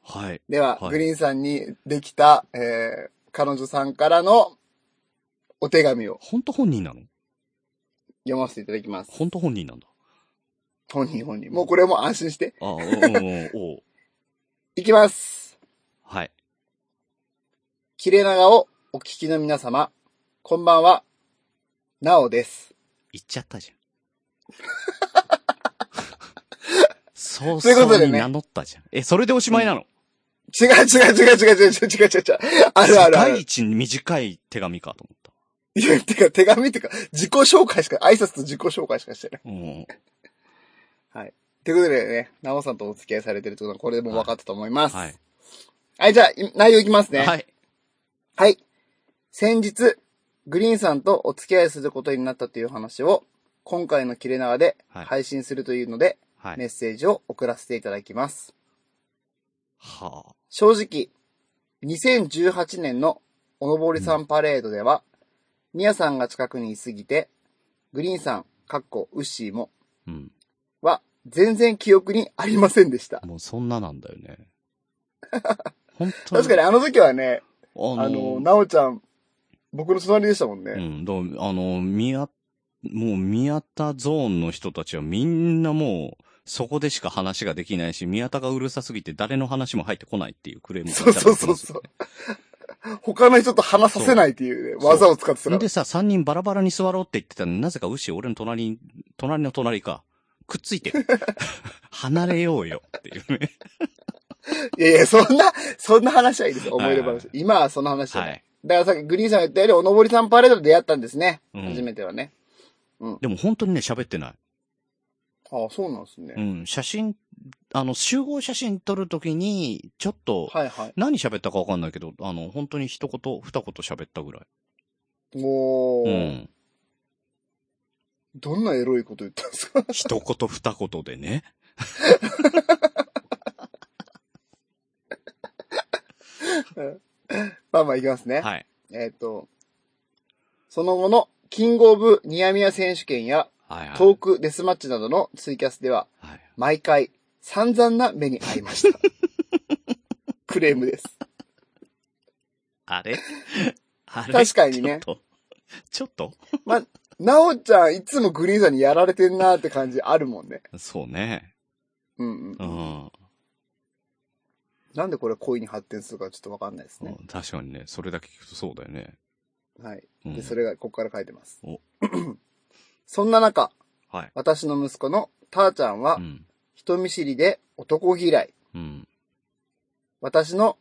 S3: はい。
S4: では、
S3: はい
S4: グリーンさんにできた、えー、彼女さんからのお手紙を
S3: 本当本人なの
S4: 読ませていただきます。
S3: 本当本人なんだ。
S4: 本人本人。もうこれもう安心して。
S3: ああ、おーおおお
S4: いきます。
S3: はい。
S4: 切れ長をお聞きの皆様、こんばんは、なおです。
S3: 言っちゃった じゃん。そう
S4: というこ
S3: そ
S4: と
S3: う
S4: で
S3: に
S4: ね
S3: 名乗ったじゃん。え、それでおしまいなの、
S4: 違う違う違う違う違う違う違う違う。あるある
S3: 世
S4: あ
S3: 界
S4: る。
S3: 一短い手紙かと思った。
S4: いや、てか手紙っていうか、自己紹介しか、挨拶と自己紹介しかしてない。
S3: うん。
S4: ということでね、なおさんとお付き合いされてるってことはこれでもう分かったと思います。
S3: は
S4: はいい。。はい、じゃあ、い内容いきますね。
S3: は
S4: はい。
S3: い。
S4: 先日、グリーンさんとお付き合いすることになったという話を、今回の切れ長で
S3: はい
S4: 配信するというので、
S3: はい。
S4: メッセージを送らせていただきます。
S3: は
S4: 正直、2018年のおのぼりさんパレードでは、ミヤさんが近くにいすぎて、グリーンさん、かっこウッシーも、
S3: あ。うん。
S4: は、全然記憶にありませんでした。
S3: もうそんななんだよね。 本当
S4: 確かにあの時はね、
S3: あの
S4: あの、なおちゃん、僕の隣でしたもんね。
S3: うん、だからあの、宮、もう宮田ゾーンの人たちはみんなもう、そこでしか話ができないし、宮田がうるさすぎて誰の話も入ってこないっていうクレームがいた
S4: そ
S3: だい
S4: う
S3: て
S4: そ
S3: ま
S4: う
S3: す
S4: そうそう。他の人と話させないっていうね、
S3: そう
S4: 技を使って
S3: そ
S4: たか
S3: れ
S4: ら
S3: で。さ、三人バラバラに座ろうって言ってたのになぜか牛俺の隣に、隣の隣か。くっついて る。離れようよっていうね。
S4: いやいや、そんな、そんな話はいいですよ。思い
S3: はい
S4: 出
S3: はいは
S4: 話。今はその話じゃない。
S3: はい。
S4: だからさっきグリーンさんが言ったより、おのぼりさんパレードで出会ったんですね。
S3: うん
S4: 初めてはね。
S3: でも本当にね、喋ってない。
S4: ああ、そうなんですね。
S3: うん、写真、あの、集合写真撮るときに、ちょっと、
S4: はいはい。
S3: 何喋ったかわかんないけど、あの、本当に一言、二言喋ったぐらい。
S4: お
S3: う
S4: ー、
S3: ん。
S4: どんなエロいこと言ったんですか
S3: 一言二言でね。
S4: まあまあいきますね。
S3: はい。
S4: えっ、と、その後のキングオブニヤミヤ選手権や
S3: はいはい。
S4: トークデスマッチなどのツイキャスでは、
S3: はい。
S4: 毎回散々な目に遭いました。 クレームです。
S3: あ れあれ
S4: 確かにね
S3: ちょっとちょっと
S4: まあ、なおちゃんいつもグリーンさんにやられてんなーって感じあるもんね。
S3: そうね。
S4: うんう。
S3: うんん。
S4: なんでこれ恋に発展するかちょっとわかんないですね。
S3: 確かにね、それだけ聞くとそうだよね。
S4: はい。
S3: うん
S4: で、それがここから書いてます
S3: お。
S4: そんな中、
S3: はい。
S4: 私の息子のたーちゃんは
S3: う、ん。
S4: 人見知りで男嫌い。
S3: うん。
S4: 私の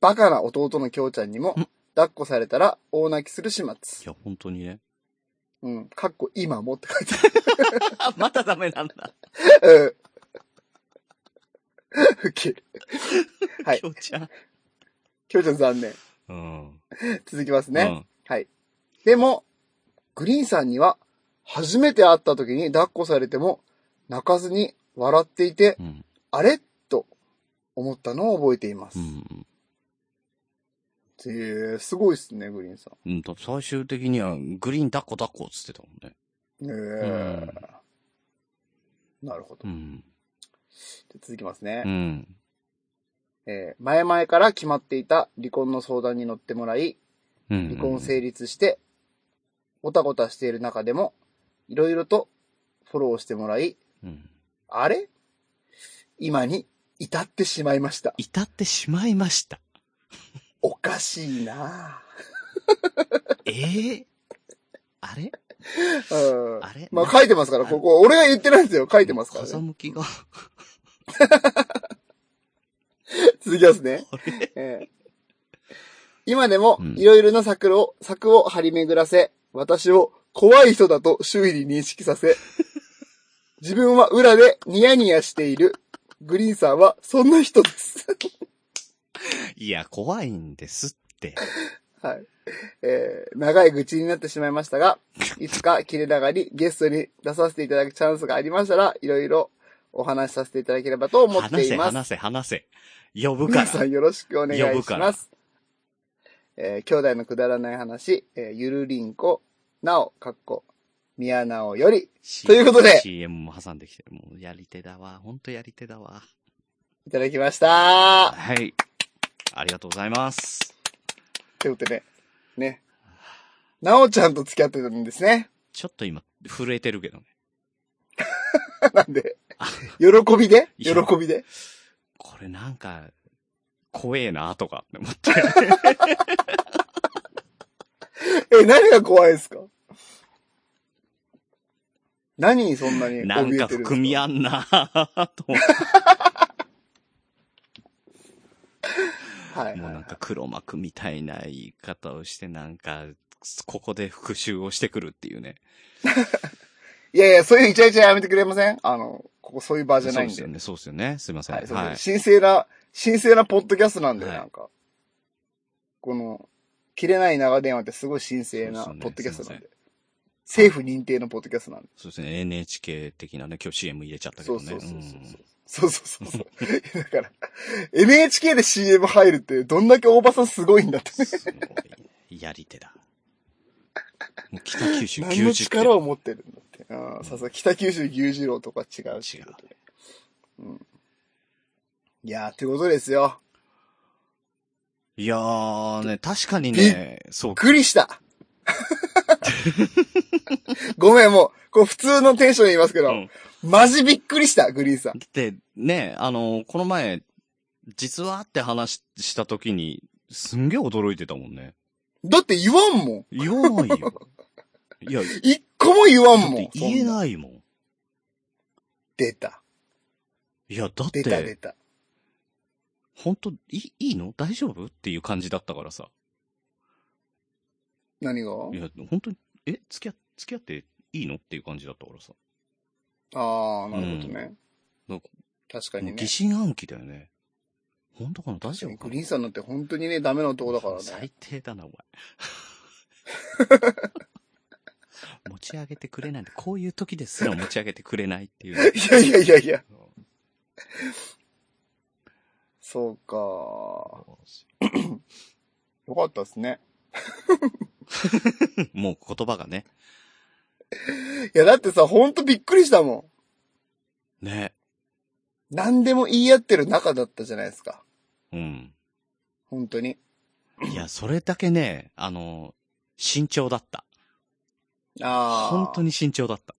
S4: バカな弟のきょうちゃんにも
S3: ん、
S4: 抱っこされたら大泣きする始
S3: い
S4: 末。
S3: や、本当にね。
S4: うん。かっこ今もって書いて
S3: あ、 またダメなんだ。
S4: ある。 うん。ウケる。はい
S3: 今日ちゃん。
S4: きょうちゃん残念。
S3: うん。
S4: 続きますね。はい。でも、グリーンさんには、初めて会った時に抱っこされても、泣かずに笑っていて
S3: う、ん。
S4: あれと思ったのを覚えています
S3: う。ん。
S4: えー、すごいっすね、グリーンさん。
S3: うん。だ最終的には、グリーン抱っこ抱っこっつってたもんね。
S4: えーなるほど。
S3: うん。
S4: 続きますね。
S3: うん。
S4: えー前々から決まっていた離婚の相談に乗ってもらい、
S3: うん。
S4: 離婚成立して、おたごたしている中でも、いろいろとフォローしてもらい、
S3: うん。
S4: あれ今に至ってしまいました。
S3: 至ってしまいました。
S4: おかしいな
S3: ええあれ
S4: ぁうん。
S3: あれ
S4: まあ書いてますから、ここ、俺が言ってないんですよ。書いてますから、
S3: 風
S4: ね。
S3: 向きが。
S4: 続きますね。
S3: あれ
S4: えー今でも
S3: う、ん
S4: いろいろな策を、策を張り巡らせ、私を怖い人だと周囲に認識させ、自分は裏でニヤニヤしている、グリーンさんはそんな人です。
S3: いや、怖いんですって。
S4: はい。えー長い愚痴になってしまいましたが、いつか切れ長にゲストに出させていただくチャンスがありましたら、いろいろお話しさせていただければと思って
S3: 話せ、
S4: います。
S3: 話せ、話せ。呼ぶか
S4: 皆さ
S3: ら。
S4: んよろしくお願
S3: 呼
S4: い
S3: ぶ
S4: し
S3: か
S4: ま
S3: ら
S4: す。えー兄弟のくだらない話、えーゆるりんこ、なお、かっこ、みやなおより、ということで
S3: CM も挟んできてる。もう、やり手だわ。ほんとやり手だわ。
S4: いただきました。
S3: はい。ありがとうございます。
S4: ということで、ね。なおちゃんと付き合ってたんですね。
S3: ちょっと今、震えてるけどね。
S4: なんで
S3: あ、
S4: 喜びで
S3: い
S4: 喜
S3: や
S4: びで
S3: これなんか、怖えな、とか、思って。
S4: え、何が怖いですか何にそんなに
S3: な
S4: 怯
S3: ん
S4: え
S3: か
S4: てる
S3: 含み
S4: 合
S3: あんな、 と思って。
S4: はいはい
S3: もうなん
S4: は
S3: か黒幕みたいな言い方をして、なんか、ここで復讐をしてくるっていうね。
S4: い。いやいや、そういうイチャイチャやめてくれませんあの、ここそういう場じゃ
S3: そう
S4: ない
S3: で
S4: ん
S3: す
S4: で。
S3: よね、そうですよね。すいません。
S4: は、
S3: はいい。
S4: そうです神聖な、神聖なポッドキャストなんで、
S3: はい
S4: なんか。この、切れない長電話ってすごい神聖な
S3: そ
S4: ポ
S3: う
S4: ッ
S3: ですよね
S4: ドキャストな
S3: す
S4: ん
S3: い
S4: で。政府認定のポッドキャストなんで。
S3: そうですね、NHK 的なね、今日 CM 入れちゃったけ
S4: そ
S3: ど
S4: う
S3: ね。
S4: そうそうそう
S3: うん
S4: そう。そうそうそう そう。だから、NHK で CM 入るって、どんだけ大場さんすごいんだって。
S3: すごい。やり手だ。もう北九州
S4: 何の
S3: 90点。
S4: 力を持ってるんだって。ああ、さすが北九州牛二郎とか違うし。
S3: 違う
S4: いやー、ってことですよ。
S3: いやーね、確かにね、そう。
S4: びっくりした ごめん、もう、こう普通のテンションで言いますけど、
S3: うん
S4: マジびっくりした、グリーンさん。
S3: で、ね、あの、この前、実はって話した時に、すんげえ驚いてたもんね。
S4: だって言わんもん。
S3: 言わない よ。いや、
S4: 一個も言わん
S3: だっ
S4: もん
S3: て。言え
S4: そんな
S3: ないもん。
S4: 出た。
S3: いや、だっ
S4: 出た出
S3: て、
S4: た。
S3: 本当いいいいの大丈夫っていう感じだったからさ。
S4: 何が
S3: いや、本当に、え、付き合、付き合っていいのっていう感じだったからさ。
S4: ああ、なるほどね。
S3: うん
S4: 確か
S3: も
S4: に
S3: う
S4: ね
S3: 疑。心暗鬼だよね。本当かな大丈夫か
S4: グ
S3: な
S4: リーンさんなんて本当にね、ダメな男だからね。
S3: 最低だな、お前。 持ち上げてくれないんで、こういう時ですら持ち上げてくれないって いうね。
S4: いやいやいやいや。そうか。よかったですね。
S3: もう言葉がね。
S4: いや、だってさ、ほんとびっくりしたも
S3: ね。
S4: ん。何でも言い合ってる仲だったじゃないですか。
S3: うん。
S4: 本当に。
S3: いや、それだけね、あの、慎重だった。
S4: ああ。
S3: 本当
S4: に。
S3: に慎重だった。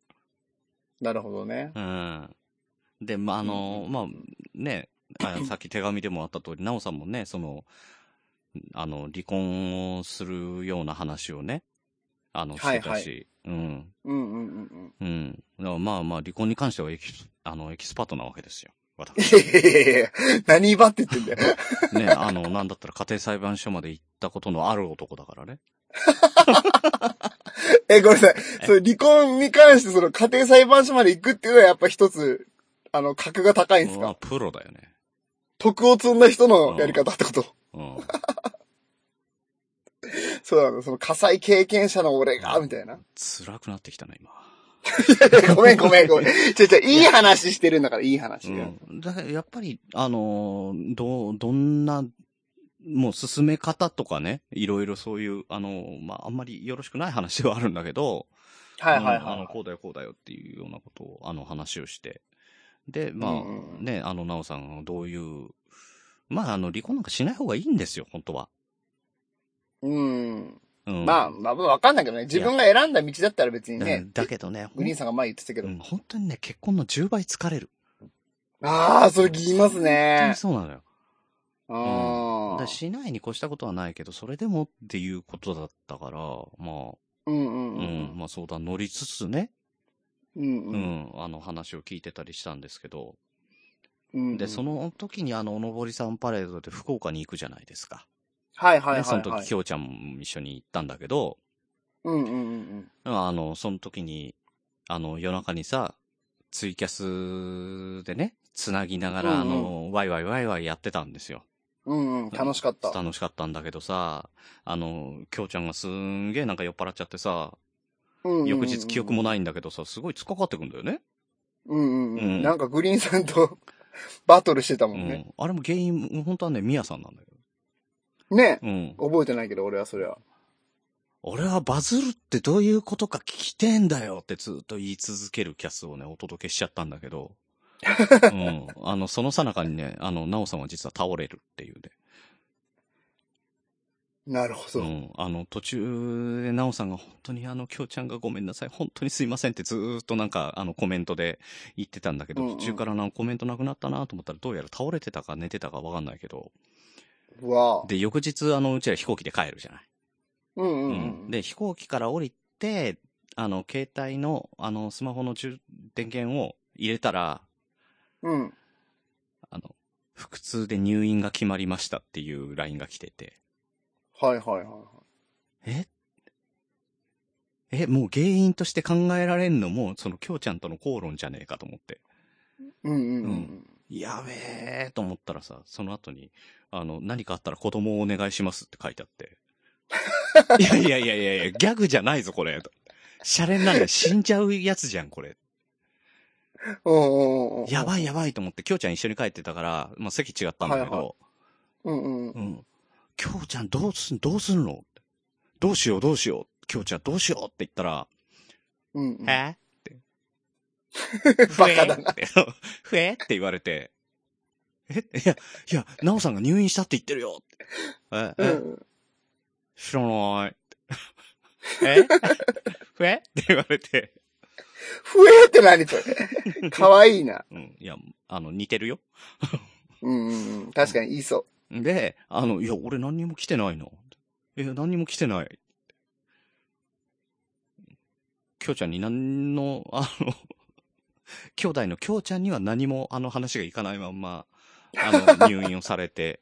S4: なるほどね。
S3: うん。で、まあ、あの、まあ、ね、 あさっき手紙でもあった通り、なおさんもね、その、あの、離婚をするような話をね、あの、し
S4: はい
S3: て
S4: は
S3: た
S4: い
S3: し、うん。
S4: うんうんうんう
S3: う
S4: ん。
S3: ん。だからまあまあ、離婚に関してはエキス、あの、エキスパートなわけですよ。
S4: い
S3: 私。
S4: やいやいやいや何ばって言ってんだよ。
S3: ね、あの、なんだったら家庭裁判所まで行ったことのある男だからね。
S4: え、ごめんなさい。そう、離婚に関してその家庭裁判所まで行くっていうのはやっぱ一つ、あの、格が高いんです
S3: まあ
S4: か
S3: プロだよね。
S4: 徳を積んだ人のやり方ってこと
S3: うん。
S4: そうなんだ。その火災経験者の俺が、みたいな。
S3: 辛くなってきたな、今。
S4: ごめんごめんごめん。ちょちょ、いい話してるんだから、いい話。
S3: うん。だからやっぱり、あのー、どう、どんな、もう進め方とかね、いろいろそういう、あのー、まあ、あんまりよろしくない話ではあるんだけど、
S4: はいはい
S3: うんあの、
S4: は
S3: こうだよこうだよっていうようなことを、あの話をして。で、まあ、
S4: うんうんうん
S3: ね、あの、なおさんがどういう、まあ、あの、離婚なんかしない方がいいんですよ、本当は。
S4: い。うん。
S3: うん。
S4: まあ、まあ、わかんないけどね。自分が選んだ道だったら別に
S3: うん、
S4: ね。
S3: だけどね、ほ
S4: グ
S3: ん
S4: リーンさんが前言ってたけど
S3: う。ん本当にね、結婚の10倍疲れる。
S4: ああ、それ言います
S3: 本当
S4: ね
S3: に。そうなのよ。
S4: う
S3: ん
S4: ん
S3: だ
S4: う
S3: からしないに越したことはないけど、それでもっていうことだったから、ま
S4: んうん
S3: あ、う、
S4: うんん。
S3: まあ相談乗りつつね、
S4: うん
S3: う
S4: うん
S3: ん、あの話を聞いてたりしたんですけど、
S4: うん。
S3: で、そ
S4: の、
S3: の時にあの、おのぼりさんパレードで福岡に行くじゃないですか。
S4: はいはいはいはい。
S3: ね、その時、きょうちゃんも一緒に行ったんだけど、
S4: うんうんうん
S3: あの、その時に、あの、夜中にさ、ツイキャスでね、つなぎながら、
S4: うんうん
S3: あの、ワイワイワイワイやってたんですよ。
S4: うん。うんうん、楽しかった。
S3: 楽しかったんだけどさ、あの、きょうちゃんがすんげえなんか酔っ払っちゃってさ、翌日記憶も
S4: ない。
S3: ないんだけどさ、すごい突っかかってくんだよね。
S4: うんうんう。
S3: うんん
S4: なんかグリーンさんと バトルしてた
S3: う
S4: もんね。
S3: ん。あれも原因、本当はね、ミヤさんなんだけど。
S4: ね
S3: うん。
S4: 覚えてないけど、俺はそれは。
S3: 俺はバズるってどういうことか聞きてえんだよってずっと言い続けるキャスをね、お届けしちゃったんだけど。うん。あの、そのさなかにね、あの、ナオさんは実は倒れるっていうね。
S4: なるほど。
S3: ん。あの、途中で、なおさんが本当にあの、きょうちゃんがごめんなさい、本当にすいませんってずーっとなんか、あの、コメントで言ってたんだけど、
S4: うんうん
S3: 途中からなんかコメントなくなったなと思ったら、どうやら倒れてたか寝てたかわかんないけど、
S4: うわあ
S3: で、翌日、あの、うちら飛行機で帰るじゃない。
S4: うんうんうん。
S3: で、飛行機から降りて、あの、携帯の、あの、スマホの充電源を入れたら、
S4: うん。
S3: あの、腹痛で入院が決まりましたっていう LINE が来てて、
S4: はいはいはいはい。
S3: ええ、もう原因として考えられんのも、その、きょうちゃんとの口論じゃねえかと思って。
S4: うんうんう。
S3: うんやべえと思ったらさ、その後に、あの、何かあったら子供をお願いしますって書いてあ って。いやいやいやいやいや、ギャグじゃないぞ、これ。とシャレになんだ死んじゃうやつじゃん、これ。
S4: うんうんうんうん。
S3: やばいやばいと思って、きょうちゃん一緒に帰ってたから、まあ、席違ったんだけ
S4: はいは
S3: ど、
S4: うんうん。
S3: うん。きょうちゃんどうすん、どうすんのどうしようどうしよう。きょうちゃんどうしようって言ったら、
S4: うんうん。
S3: えって。
S4: バカだな
S3: ふえって。ふえって言われて、えいや、いや、なおさんが入院したって言ってるよって。え、
S4: うんう
S3: え、
S4: ん。
S3: 知らないっ て。えふえって言われて、
S4: ふえーって何それ。かわいいな。
S3: うん、いや、あの、似てるよ。
S4: うんうんうん。確かに言いそ
S3: で、あの、いや、俺何にも来てないな。え、何にも来てない。きょうちゃんに何の、あの、 兄弟のきょうちゃんには何もあの話がいかないまんま、あの、入院をされて、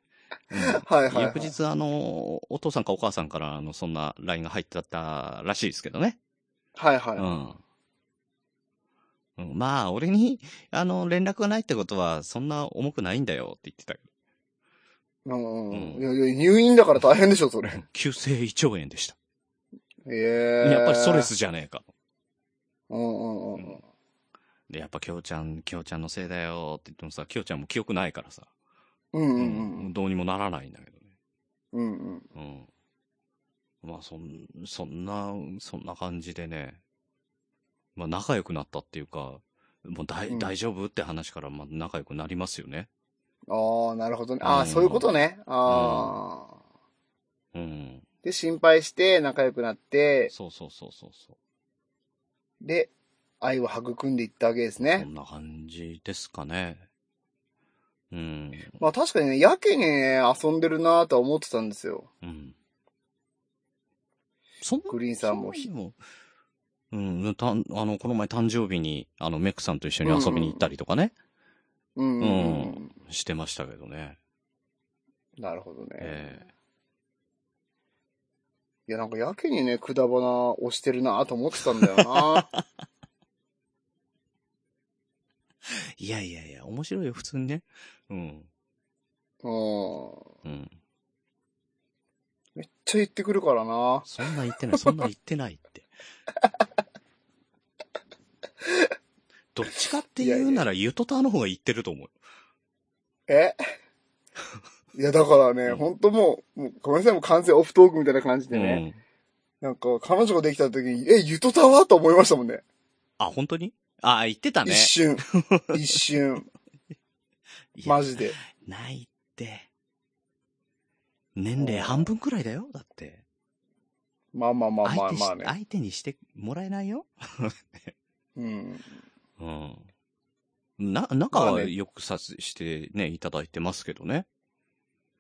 S3: うん
S4: う。はいはい、はい。
S3: 翌日、あの、お父さんかお母さんから、あの、そんな LINE が入ってたらしいですけどね。
S4: はいはい。
S3: うん。うんまあ、俺に、あの、連絡がないってことは、そんな重くないんだよって言ってたけど。
S4: うん
S3: う
S4: う
S3: ん
S4: ん。いやいや、入院だから大変でしょ、それ。
S3: うん急性胃腸炎でした。
S4: ええ。
S3: やっぱりストレ。スじゃねえか。
S4: うんうんうん。
S3: で、やっぱ、きょうちゃん、きょうちゃんのせいだよって言ってもさ、きょうちゃんも記憶ないからさ、う
S4: うんうん
S3: も
S4: ん
S3: うどうにもならないんだけど
S4: うん。うんうん。
S3: ね。うん。まあ、そん、そんな、そんな感じでね、まあ、仲良くなったっていうか、もうだい、
S4: うん
S3: 大丈夫って話から、まあ、仲良くなりますよね。
S4: ああ、なるほどね。
S3: う
S4: ああ、
S3: ん
S4: そういうことね。ああ。
S3: うん。
S4: で、心配して、仲良くなって、
S3: そうそうそうそうそう。
S4: で、愛を育んでいったわけです
S3: そ
S4: ね。
S3: んな感じですかね。うん。
S4: まあ確かにね、やけにね、遊んでるなぁとは思ってたんですよ。
S3: うん。そんな
S4: グリーンさんも
S3: そういうのうん、たんあの、この前誕生日に、あの、メックさんと一緒に遊びに行ったりとかね、
S4: うんうんうんうん。
S3: してましたけどね。
S4: なるほどね。
S3: え
S4: いや、なんかやけにね、くだばなをしてるなぁと思ってたんだよ な
S3: いやいやいや、面白いよ、普通にね。うん。
S4: うん。
S3: うん。
S4: めっちゃ言ってくるからな
S3: そんな言って ない、そんな言ってない って。どっちかって言うなら、ゆとたの方が言ってると思うよ。
S4: えいや、だからね、
S3: うん
S4: ほんともう、もうごめんなさい、もう完全オフトークみたいな感じでね。
S3: うん。
S4: なんか、彼女ができた時に、え、ゆとたわと思いましたもん ね。
S3: あ、本当にあ、言ってたね
S4: 一。 瞬。一瞬。
S3: いや
S4: マジで。
S3: ないって。年齢半分くらいだよだって。
S4: まあまあまあま
S3: 相
S4: あ
S3: 手し
S4: まあね。
S3: 相手にしてもらえないよ
S4: うん。
S3: うん。な、仲
S4: まあ
S3: は
S4: ね
S3: よくさせしてね、いただいてますけどね。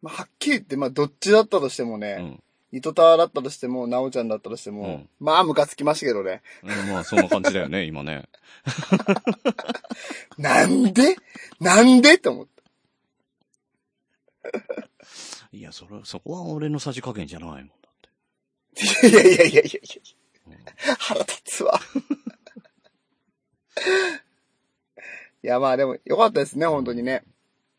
S4: まあ、はっきり言って、まあ、どっちだったとしても
S3: う
S4: ね、
S3: ん。
S4: 糸タワだったとしても、なおちゃんだったとしても、
S3: うん
S4: まあ、ムカつきましたけどね。
S3: まあ、そんな感じだよね、 今ね。
S4: なんでなんでって思った。
S3: いや、それ、そこは俺のさじ加減じゃないもんだって。
S4: いやいやいやいやい
S3: うん
S4: や、腹立つわ。いや、まあでも、よかったですね、本当にね。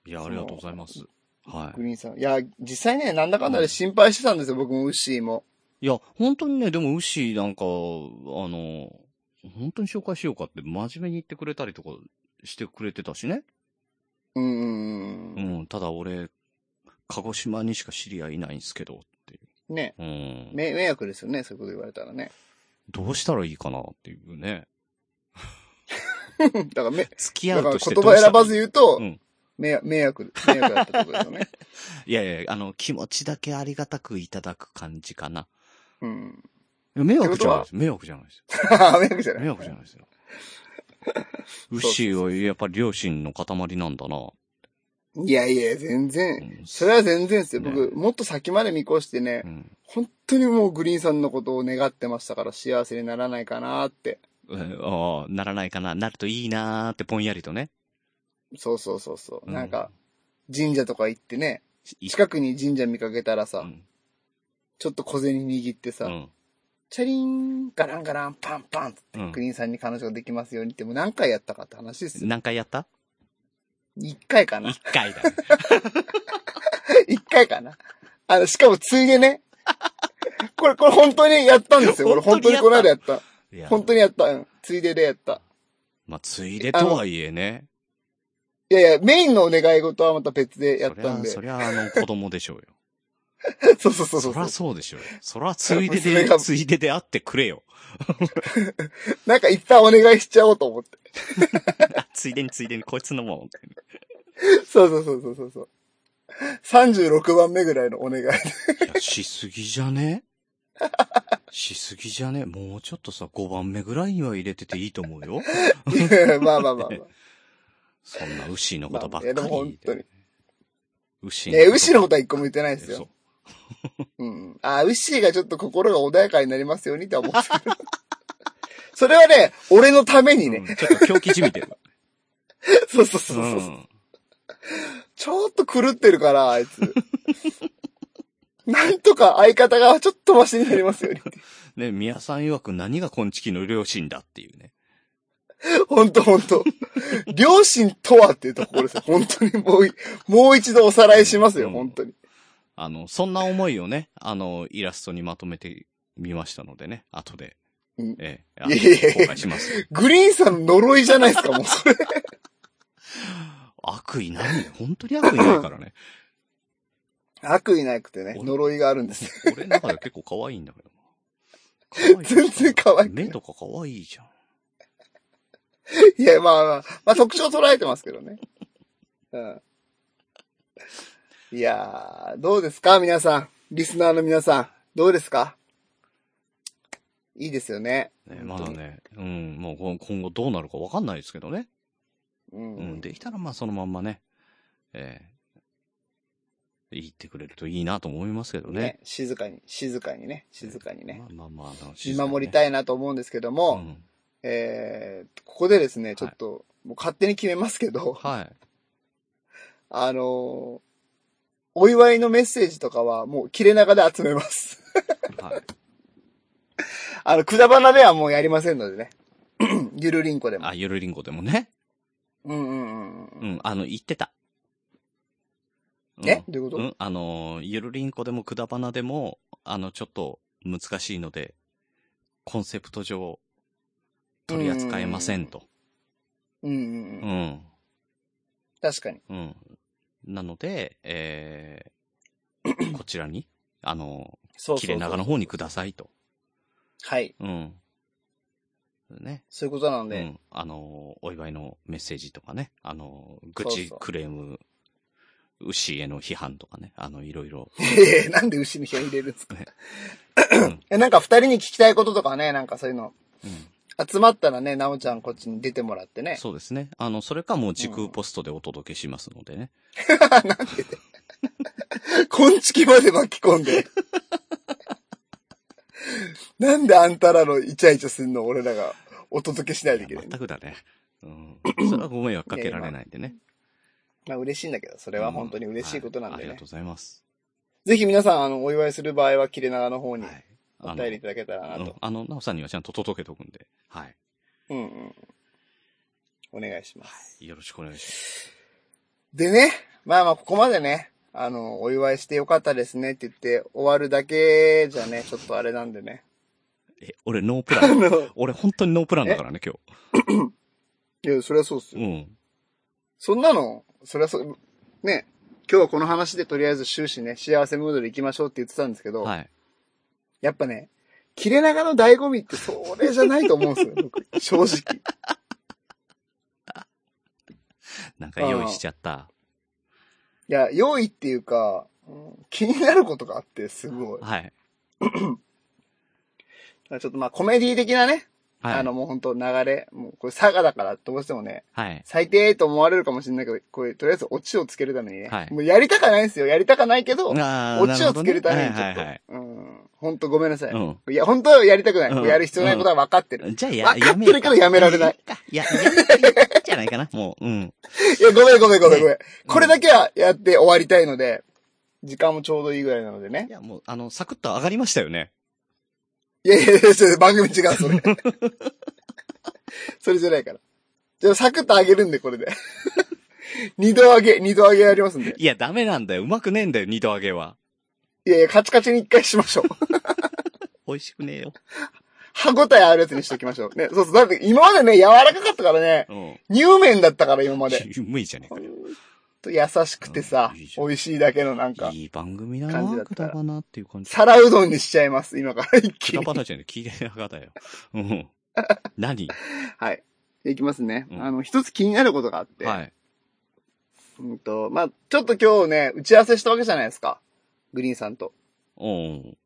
S3: いや、ありがとうございます。は
S4: グリーンさん。いや、実際ね、なんだかんだで心配してたんですよ、僕もウッシーも。
S3: い。いや、本当にね、でも、ウッシーなんか、あの、本当に紹介しようかって真面目に言ってくれたりとかしてくれてたしね。
S4: うんうんう
S3: うんん、ただ俺、鹿児島にしか知り合いいないんですけど、ってい
S4: うん。ね。
S3: う。うん。
S4: 迷迷惑ですよね、そういうこと言われたらね。
S3: どうしたらいいかなっていうね。
S4: だからめ、
S3: 付き
S4: だ
S3: 合
S4: か
S3: うと
S4: ら
S3: して
S4: 言葉選ば
S3: う
S4: ず言うと、
S3: うん
S4: 迷迷惑、迷惑だったってことですよね。
S3: いやいや、あの、気持ちだけありがたくいただく感じかな。
S4: うん。
S3: 迷惑じゃない
S4: っ
S3: です。迷惑じゃないです。
S4: 迷惑じゃない。
S3: 迷惑じゃないですよ。牛はやっぱり両親の塊なんだな。
S4: いやいや、全然。
S3: うん
S4: それは全然ですよ。
S3: ね
S4: 僕、もっと先まで見越してね
S3: う、ん
S4: 本当にもうグリーンさんのことを願ってましたから幸せにならないかなって。
S3: えああ、ならないかな、なるといいなーってぽんやりとね。
S4: そうそうそうそう。
S3: うん
S4: なんか、神社とか行ってね、
S3: い
S4: 近くに神社見かけたらさ、
S3: うん
S4: ちょっと小銭握ってさ、
S3: うん
S4: チャリーン、ガランガラン、パンパンって、
S3: うん
S4: グリーンさんに彼女ができますようにって、もう何回やったかって話ですよ。
S3: 何回やった
S4: 一回かな
S3: 一回だ。
S4: 一回かなあの、しかもついでね。これ、これ本当にやったんですよ。これ本
S3: 本
S4: 当
S3: 当
S4: に
S3: に
S4: この間やった。
S3: いや
S4: 本当にやった。うん。ついででやった。
S3: まあ、ついでとはいえね。
S4: いやいや、メインのお願い事はまた別でやったんで。
S3: そりゃ、そりゃ、あの、子供でしょうよ。
S4: そう そうそうそ
S3: そうりゃそうでしょうよ。そりゃ、ついで
S4: 娘
S3: で
S4: が、
S3: ついでであってくれ よ。
S4: なんか一旦お願いしちゃおうと思って。
S3: あついでについでに、こいつのも。
S4: そうそうそうそうそうそう。36番目ぐらいのお願い で。
S3: いや、しすぎじゃね しすぎじゃねもうちょっとさ、5番目ぐらいには入れてていいと思うよ。
S4: まあまあまあまあ。
S3: そんな牛のことばっ
S4: まあいや
S3: か
S4: でも
S3: り。
S4: 本当に。
S3: 牛
S4: ね、ウシのことは一個も言ってないです
S3: そう
S4: よ。うん。あ、ウシがちょっと心が穏やかになりますように とは思ってる。それはね、俺のためにね。
S3: うんちょっと狂気じみてる。
S4: そう そうそうそう、
S3: ん
S4: ちょっと狂ってるから、あいつ。なんとか相方がちょっとマシになりますように。
S3: ね、宮さん曰く何がこんちきの両親だっていうね。
S4: ほんとほんと。両親とはっていうところですよ。本当にもうい、もう一度おさらいしますよ、
S3: うん
S4: 本当に。
S3: あの、そんな思いをね、あの、イラストにまとめてみましたのでね、後で。
S4: うん
S3: ええ、あ
S4: いやいやいや
S3: の公開します。
S4: グリーンさんの呪いじゃないですか、もうそれ。
S3: 悪意ないね。本当に悪意ないから ね。
S4: 悪意なくてね、呪いがあるんですよ。
S3: 俺の中では結構可愛いんだけどな。可愛い
S4: 全然可愛くない
S3: 目とか可愛いじゃん。
S4: いや、まあまあ、まあ特徴捉えてますけどね。うん。いやー、どうですか皆さん。リスナーの皆さん。どうですかいいですよね。
S3: ね、まだね、うん、もうこ今後どうなるかわかんないですけどね。
S4: う。
S3: うんん、できたらまあそのまんまね、ええ言ってくれるといいなと思いますけど
S4: ね
S3: ね。
S4: 静かに、静かにね、静かにね。
S3: まあまあまあ、楽し
S4: 見守りたいなと思うんですけど
S3: う
S4: も、
S3: ん。
S4: えー、ここでですね、ちょっと、もう勝手に決めますけど、
S3: はい。
S4: あのーお祝いのメッセージとかはもう切れ長で集めます。
S3: はい。
S4: あの、くだばなではもうやりませんのでね。 ゆるりんこでも。
S3: あ、ゆるりんごでもね。
S4: うんうんうんうん。
S3: うん、あの、言ってた。うん
S4: えどういうこと
S3: うん、あのー、ゆるりんこでもくだばなでも、あの、ちょっと難しいので、コンセプト上、取り扱えませんと。
S4: うんう
S3: うん
S4: うん。
S3: ん、
S4: 確かに。
S3: うん。なので、えー こちらに、あの
S4: そ
S3: ー、切れ長の方にくださいと。
S4: はい。
S3: うん。ね。
S4: そういうことなの
S3: う
S4: で、
S3: ん。あの、お祝いのメッセージとかね。あの、愚
S4: そう
S3: 痴
S4: そう
S3: クレーム、牛への批判とかね。あの、いろい ろ。
S4: えーなんで牛に火入れるんですか
S3: ね
S4: え、なんか二人に聞きたいこととかね、なんかそういうの、
S3: うん
S4: 集まったらね、なおちゃんこっちに出てもらってね。
S3: そうですね。あの、それかもう時空ポストでお届けしますのでね。
S4: こんちきまで巻き込んで。なんであんたらのイチャイチャすんの俺らがお届けしないとい
S3: い
S4: け
S3: や
S4: ない。
S3: 全くだね。 うん。それはご迷惑かけられないんでね。
S4: まあ嬉しいんだけど、そ
S3: そ
S4: れは本当に嬉しいことなん
S3: あ
S4: で
S3: り
S4: ね。
S3: がとうございます。
S4: ぜひ皆さん、あの、お祝いする場合は切れ長の方に
S3: はい。
S4: お
S3: あ
S4: 便りい
S3: の
S4: ただけたらな
S3: う
S4: と
S3: ん。あの、なおさんにはちゃんと届けとくんで。はい。
S4: うんうん。お願いします。
S3: よろしくお願いします。
S4: でね、まあまあ、ここまでね、あの、お祝いしてよかったですねって言って終わるだけじゃね、ちょっとあれなん でね。
S3: え、俺ノープラン。
S4: の、
S3: 俺本当にノープランだからね、今
S4: いや、それはそうっす
S3: 日。
S4: よ。
S3: うん。
S4: そんなの、それはそう、ね、今日はこの話でとりあえず終始ね、幸せムードで行きましょうって言ってたんですけど、
S3: はい。
S4: やっぱね、切れ長の醍醐味ってそれじゃないと思う んですよ、僕正直。
S3: なんか用意しちゃった。
S4: いや、用意っていうか、うん気になることがあって、すごい。
S3: はい。
S4: ちょっとまあコメディ的なね、
S3: はい。
S4: あのもう本当流れ、もうこれ佐賀だからどうしてもね、
S3: はい。
S4: 最低と思われるかもしれないけど、これとりあえずオチをつけるためにね、
S3: はい
S4: もうやりたかないんですよ。やりたかないけど、
S3: あ
S4: オチをつけるためにちょ
S3: は
S4: っ
S3: い
S4: と、
S3: はい
S4: うん、本当ごめんなさい。
S3: はい
S4: や、本当はやりたくない。
S3: うん
S4: これやる必要ないことは分かってる。
S3: うん。じゃあや、
S4: 分か
S3: や
S4: っ
S3: め
S4: てるけどやめられない。。
S3: いや、やめるじゃないかな。もう、うん。
S4: いや、ごめんごめんごめんごめん。これだけはやって終わりたいので、時間もちょうどいいぐらいなのでね
S3: い。や、もう、あの、サクッと上がりましたよね。
S4: いやいやいや、それ番組違う、それ。それじゃないから。じゃあ、サクッと上げるんで、これで。二度上げ、二度上げやりますんで。
S3: いや、ダメなんだよ。うまくねえんだよ、二度揚げは。
S4: いやいや、カチカチに一回しま しょう。
S3: 美味しくねえよ。
S4: 歯応えあるやつにしときましょう。ね、そうそう。だって、今までね、柔らかかったからね、
S3: うん。
S4: 乳麺だったから、今まで。
S3: 無理じゃねえかよ。
S4: と優しくてさ、
S3: うんいいじゃん
S4: 美味しいだけのなんか、
S3: いい番組だ
S4: 感じだ
S3: な、
S4: っ
S3: く
S4: たら
S3: だばなっていう感じ。
S4: 皿うどんにしちゃいます、今から一
S3: く
S4: 気
S3: だ
S4: に
S3: ば。なじゃねえ、切れ長だよ。うん。何
S4: はい。いきますね。
S3: うん
S4: あの、一つ気になることがあって、
S3: はい。
S4: うんと、まあ、ちょっと今日ね、打ち合わせしたわけじゃないですか。グリーンさんと。
S3: うん。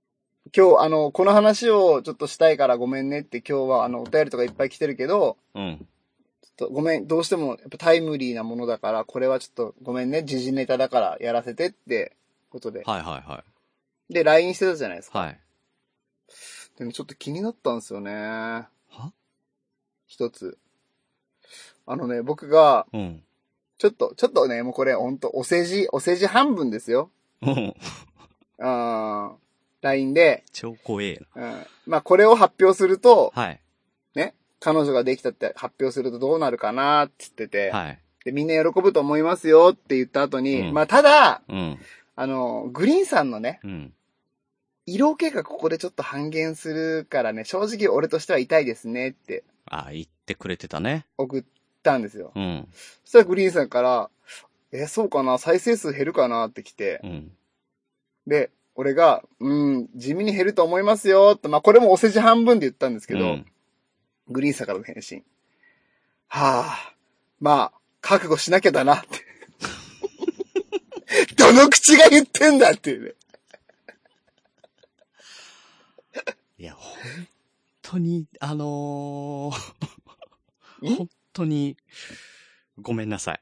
S4: 今日、あの、この話をちょっとしたいからごめんねって今日は、あの、お便りとかいっぱい来てるけど、
S3: うん。
S4: ちょっとごめん、どうしてもやっぱタイムリーなものだから、これはちょっとごめんね、時事ネタだからやらせてってことで。
S3: はいはいは
S4: で、LINE してたじゃないです
S3: い。
S4: か。
S3: はい。
S4: でもちょっと気になったんですよね。
S3: は
S4: 一つ。あのね、僕が、
S3: うん。
S4: ちょっと、ちょっとね、もうこれほんと、お世辞、お世辞半分ですよ。
S3: うん。
S4: あー LINE で、
S3: 超怖えな。
S4: うん、まあこれを発表すると、
S3: はい。
S4: ね、彼女ができたって発表するとどうなるかなって言ってて、
S3: はい。
S4: で、みんな喜ぶと思いますよって言った後に、
S3: うん
S4: まあただ、
S3: うん。
S4: あの、グリーンさんのね、
S3: うん。
S4: 色気がここでちょっと半減するからね、正直俺としては痛いですねって
S3: あ、言ってくれてたね。
S4: 送ったんですよ。
S3: うん。
S4: そしたらグリーンさんから、え、そうかな再生数減るかなって来て
S3: う、ん。
S4: で、俺が、うん、地味に減ると思いますよと、まあこれもお世辞半分で言ったんですけど、
S3: うん
S4: グリーンさんからの返信。はあ、まあ、覚悟しなきゃだな って。どの口が言ってんだっていうね。
S3: いや、本当に、あの
S4: ん
S3: ー、本当に、ごめんなさい。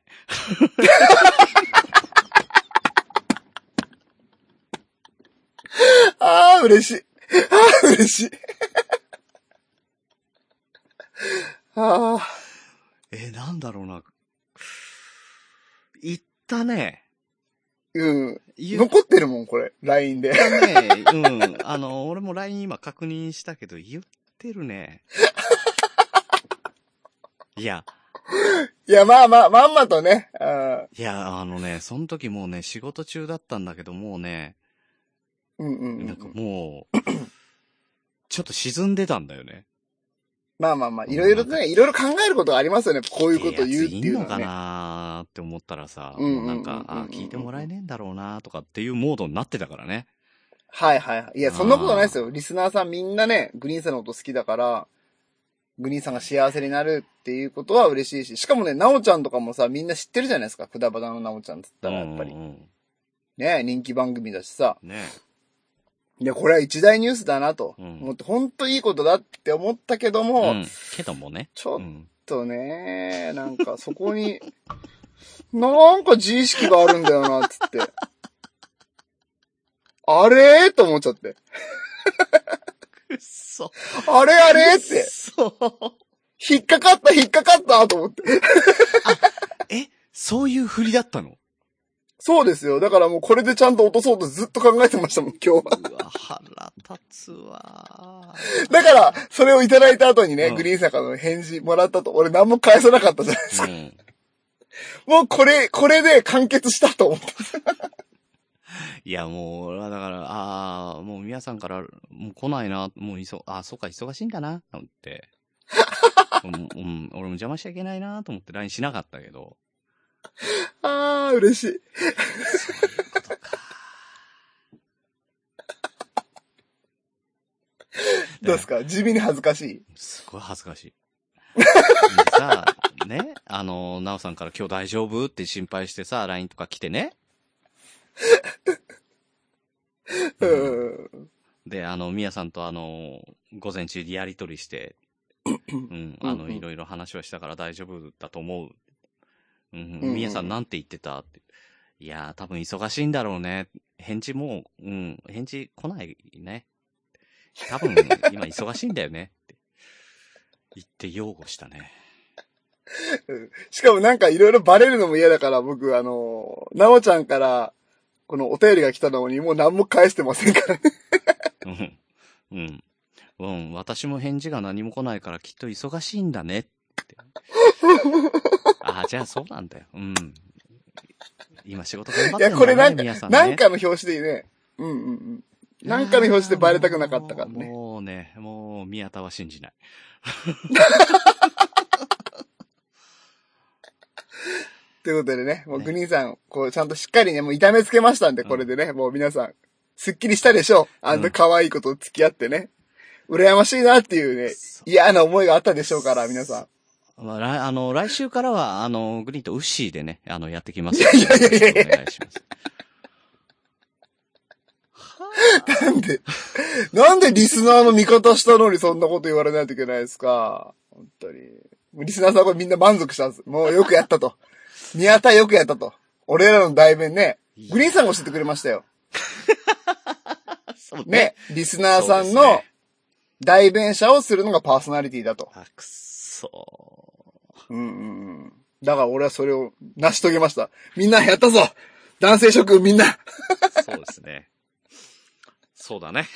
S4: ああ、嬉しい。ああ、嬉しい。ああ、
S3: えー、なんだろうな。言ったね。
S4: うん。
S3: 言っ
S4: 残ってるもん、これ。LINE で。
S3: たね。うん。あの、俺も LINE 今確認したけど、言ってる ね。いや、
S4: いや、まあまあ、まんまとね。あー
S3: いや、あのね、その時もうね、仕事中だったんだけど、もうね、
S4: うんうんう
S3: なんか
S4: ん。
S3: も う、ちょっと沈んでたんだよね。
S4: まあまあまあ、いろいろね、いろいろ考えることがありますよね。こういうことを言うって
S3: やつ
S4: いうの
S3: んの
S4: は
S3: か
S4: ね。
S3: なーって思ったらさ、
S4: うんうんうん
S3: も
S4: う
S3: うんなんか、あー聞いてもらえねえんだろうなーとかっていうモードになってたからね。
S4: はいはいはい。いや、そんなことないですよ。リスナーさんみんなね、グリーンさんのこと好きだから、グリーンさんが幸せになるっていうことは嬉しいし、しかもね、なおちゃんとかもさ、みんな知ってるじゃないですか。くだばなのなおちゃんって言ったら、やっぱり。
S3: うんうん
S4: ね、人気番組だしさ。
S3: うんね
S4: いや、これは一大ニュースだなと。
S3: うん
S4: 思って、ほんといいことだって思ったけども、
S3: うん。けどもね。
S4: ちょ
S3: う
S4: っ
S3: ん。
S4: とね、なんかそこに、 なんか自意識があるんだよな、つって。あれと思っちゃって。
S3: くっそ。
S4: あれあれっ。
S3: くってそ。
S4: 引っかかった、引っかかったと思って。
S3: え、そういう振りだったの
S4: そうですよ。だからもうこれでちゃんと落とそうとずっと考えてましたもん、今日は。
S3: うわ、腹立つわー
S4: だから、それをいただいた後にね、
S3: うん
S4: グリーンさんからの返事もらったと、俺何も返さなかったじゃない ですか。
S3: うん。
S4: もうこれ、これで完結したと思った。
S3: いや、もう、俺はだから、ああ、もう皆さんから、もう来ないな、もういそ、ああ、そうか、忙しいんだな、なんて。 うん、うん俺も邪魔しちゃいけないなと思って LINE しなかったけど。
S4: あー、嬉しい。どうですか地味に恥ずかしい。
S3: すごい恥ずかしい。 でさあ、ね、あの、なおさんから今日大丈夫って心配してさ、LINE とか来てね。
S4: うん。
S3: で、あの、みやさんとあの、午前中やりとり して、うん、あ
S4: う
S3: の、
S4: んうん
S3: いろいろ話をしたから大丈夫だと思う。うん、
S4: うん
S3: みやさんなんて言ってたって。いやー、多分忙しいんだろうね。返事もう、うん、返事来ないね。多分、今忙しいんだよね。って言って擁護したね。
S4: しかもなんかいろいろバレるのも嫌だから、僕、あの、なおちゃんから、このお便りが来たのに、もう何も返してませんからね。
S3: うん。うん。うん。私も返事が何も来ないからきっと忙しいんだねって。ああ、じゃあそうなんだよ。うん。今仕事頑張っ
S4: い
S3: て
S4: や、
S3: んだね、
S4: これなんか、
S3: 皆さんね、
S4: なんかの表紙でね。うんうんうん。なんかの表紙でバレたくなかったから
S3: もう
S4: ね。
S3: もうね、もう、宮田は信じない。
S4: ということでね、もう
S3: ね
S4: グリーンさん、こう、ちゃんとしっかりね、もう痛めつけましたんで、
S3: うん
S4: これでね、もう皆さん、すっきりしたでしょう。あん
S3: う
S4: なん可愛いこと付き合ってね。羨ましいなっていうね、
S3: そう
S4: 嫌な思いがあったでしょうから、皆さん。
S3: まあ、来あの、来週からは、あの、グリーンとウッシーでね、あの、やってきます。
S4: いやいやいやいや
S3: お願いします。
S4: なんで、なんでリスナーの味方したのにそんなこと言われないといけないですか。本当に。リスナーさんはみんな満足したんです。もうよくやったと。 宮田よくやったと。俺らの代弁ね。グリーンさんが教えてくれましたよ。
S3: そう
S4: ね。。リスナー
S3: そう
S4: さ
S3: で
S4: ん
S3: すね
S4: の代弁者をするのがパーソナリティだと。
S3: あ、くそ
S4: うんうんうん。だから俺はそれを成し遂げました。みんなやったぞ男性諸君みんな、
S3: ー。そうですね。そうだね。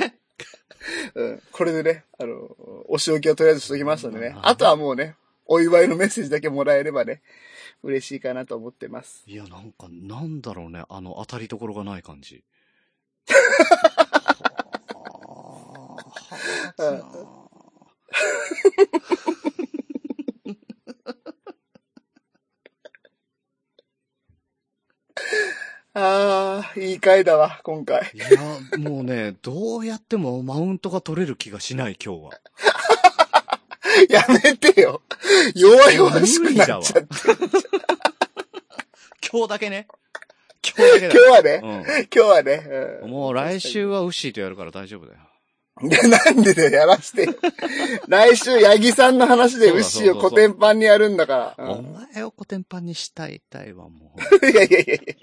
S4: うん、これでね、あの、お仕置きをとりあえずしときましたんでね
S3: ま。あ
S4: あとはもうね、お祝いのメッセージだけもらえればね、嬉しいかなと思ってます。
S3: いや、なんか、なんだろうね。あの、当たりどころがない感 じ。はあは
S4: あー、いい回だわ、今回。
S3: いや、もうね、どうやってもマウントが取れる気がしない、今日は。
S4: やめてよ。弱々しくなっちゃって。
S3: 今日だけね。今日だけ
S4: 今
S3: だ
S4: 日
S3: よ。
S4: はね、今日はね、
S3: う。
S4: うんん
S3: もう来週はウッシーとやるから大丈夫だよ。
S4: で、なんでだよ、やら してよ。来週、八木さんの話で
S3: そう
S4: ウッ
S3: だそう
S4: シ
S3: だ
S4: ーをコテンパンにやるんだから。う
S3: お
S4: ん
S3: 前をコテンパンにしたい、たいわ、も。
S4: いやいやいやいや。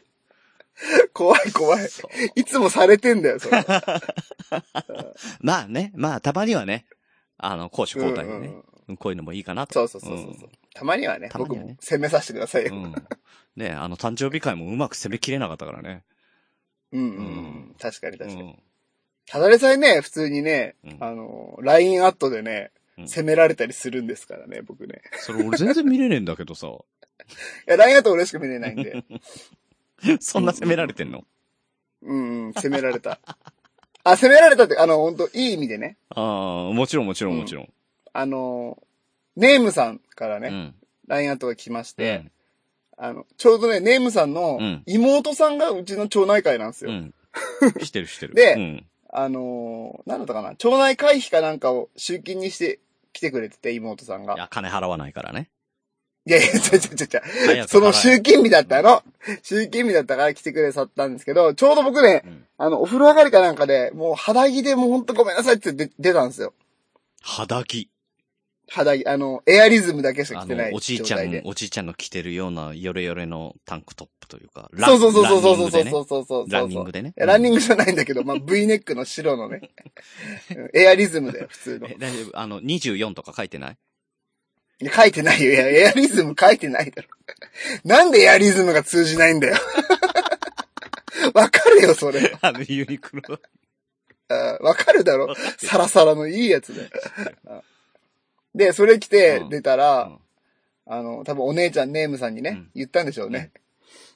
S4: 怖いう怖い。
S3: そう
S4: いつもされてんだ よ、それ。
S3: まあね、まあ、たまにはね、あの、攻守交代で
S4: うん
S3: ね
S4: うん、
S3: こういうのもいいかなと。
S4: そうそうそうそう。
S3: ん
S4: たまにはね、
S3: たまに
S4: 僕
S3: はね
S4: も攻めさせてくださいよ。
S3: うん。ねあの、誕生日会もうまく攻めきれなかったからね。
S4: うんうんう
S3: うん
S4: ん。確かに
S3: う
S4: 確かに。
S3: ん。
S4: ただでさえね、普通にね
S3: うん、
S4: あの、LINE アットでね
S3: う、ん
S4: 攻められたりするんですからね、僕ね。
S3: それ俺全然見れねえんだけど さ。
S4: いや、LINE アット俺しか見れないん で。
S3: そんな攻められてんの
S4: うんうん、攻められた。あ、攻められたって、あの、本当いい意味でね。
S3: ああ、もちろんもちろんもちろん。
S4: あの、ネームさんから
S3: う
S4: ね、
S3: ん。
S4: LINE アットが来まして、
S3: で、
S4: あの、ちょうどね、ネームさんの
S3: うん
S4: 妹さんがうちの町内会なんです
S3: う
S4: よ。
S3: ん。 してるしてる。
S4: で
S3: うん。
S4: あのー、なんだったかな、町内会費かなんかを集金にして来てくれてて、妹さん
S3: い
S4: が。
S3: や、金払わないから ね。
S4: いやいや、ちゃちゃちゃちゃ。
S3: 早く払え
S4: その集金日だったの。集金日だったから来てくれさったんですけど、ちょうど僕ね、
S3: うん
S4: あの、お風呂上がりかなんかで、もう肌着でもうほんとごめんなさいって出出たんですよ。
S3: 肌着。
S4: 肌着、あの、エアリズムだけしか
S3: あ
S4: 着てない
S3: の、おじい
S4: 状
S3: ちゃ
S4: 態
S3: ん
S4: で、。
S3: おじいちゃんの着てるようなヨレヨレのタンクトップというか。ラ
S4: そうそうそうそうそうそう
S3: ランニングでね
S4: そうそうそう。
S3: ランニングでね。
S4: いやランニングじゃないんだけど、まあ、V ネックの白 のね、うんエアリズムだよ、普通の
S3: え。大丈夫あの、24とか書い てない
S4: いや書いてないよ。いや、エアリズム書いてないだろ。なんでエアリズムが通じないんだよ。 わかるよ、それ。
S3: あの、ユニクロ。
S4: あわかるだろ。サラサラのいいやつ だよ。あで、それ着て
S3: うん
S4: 出たら、
S3: うん
S4: あの、多分お姉ちゃんネームさんにね、
S3: うん
S4: 言ったんでしょうね。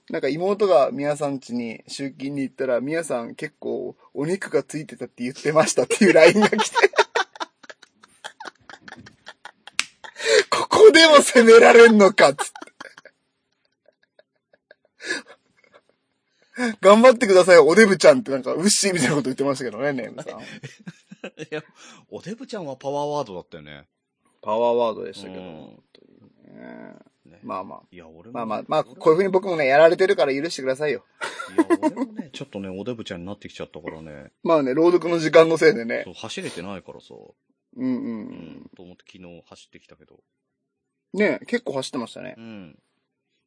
S4: なんか妹が宮さん家に集金に行ったら、宮さん結構お肉がついてたって言ってましたっていう LINE が来て。 ここでも責められんのかっつって。頑張ってください、おデブちゃんってなんか、うっしーみたいなこと言ってましたけどね、ネームさん。
S3: いや、おデブちゃんはパワーワードだったよね。
S4: パワーワードでしたけど。
S3: うん
S4: ね
S3: ね。
S4: まあまあ。
S3: いや、俺も、
S4: まあまあ、まあ、こういうふうに僕もね、やられてるから許してくださいよ。
S3: いや、俺もね、 ちょっとね、おデブちゃんになってきちゃったからね、
S4: まあね、朗読の時間のせいでね
S3: そ。う走れてないからさ、
S4: うんうんう
S3: うんん。、と思って昨日走ってきたけど。
S4: ね結構走ってましたね
S3: う。ん。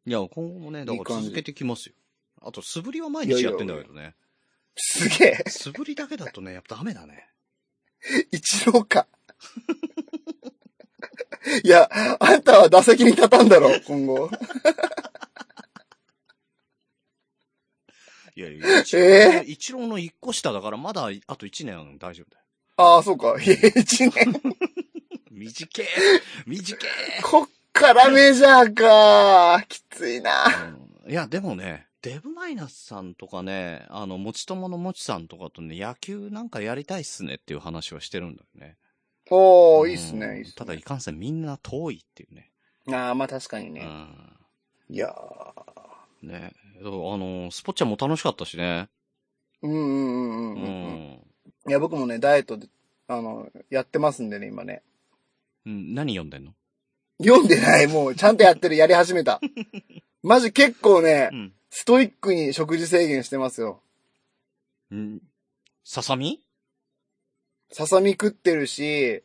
S3: いや、今後もね、だ
S4: いい
S3: から
S4: 感じ
S3: 続けてきますよ。あと、素振りは毎日やってんだけど ね。
S4: すげえ。
S3: 素振りだけだとね、やっぱダメだね。
S4: 一郎か。いや、あんたは打席に立たんだろ、今後。
S3: いやいや、一郎
S4: え
S3: 一郎の一個下だから、まだ、あと一年大丈夫だよ。
S4: ああ、そうか。いや、一年。
S3: 短え短え、
S4: こっからメジャーか。きついな。
S3: うん、いや、でもね、デブマイナスさんとかね、あの、もちとものもちさんとかとね、野球なんかやりたいっすねっていう話はしてるんだよね。
S4: おー、いいっす
S3: うん
S4: ね、いいっすね。
S3: ただ、いかんせんみんな遠いっていうね。
S4: ああ、まあ確かに
S3: う
S4: ね。
S3: ん。
S4: いや
S3: ね。でもあの、スポッチャも楽しかったしね。
S4: ーうんうんうん
S3: う
S4: うんうん。
S3: ん。
S4: いや、僕もね、ダイエットで、あの、やってますんでね、今ね。
S3: うん、何読んでんの
S4: 読んでない、もう、ちゃんとやってる、やり始 めた。マジ結構ね、
S3: ん。
S4: ストイックに食事制限してますよ。
S3: うん。ささみ
S4: ささみ食ってるし、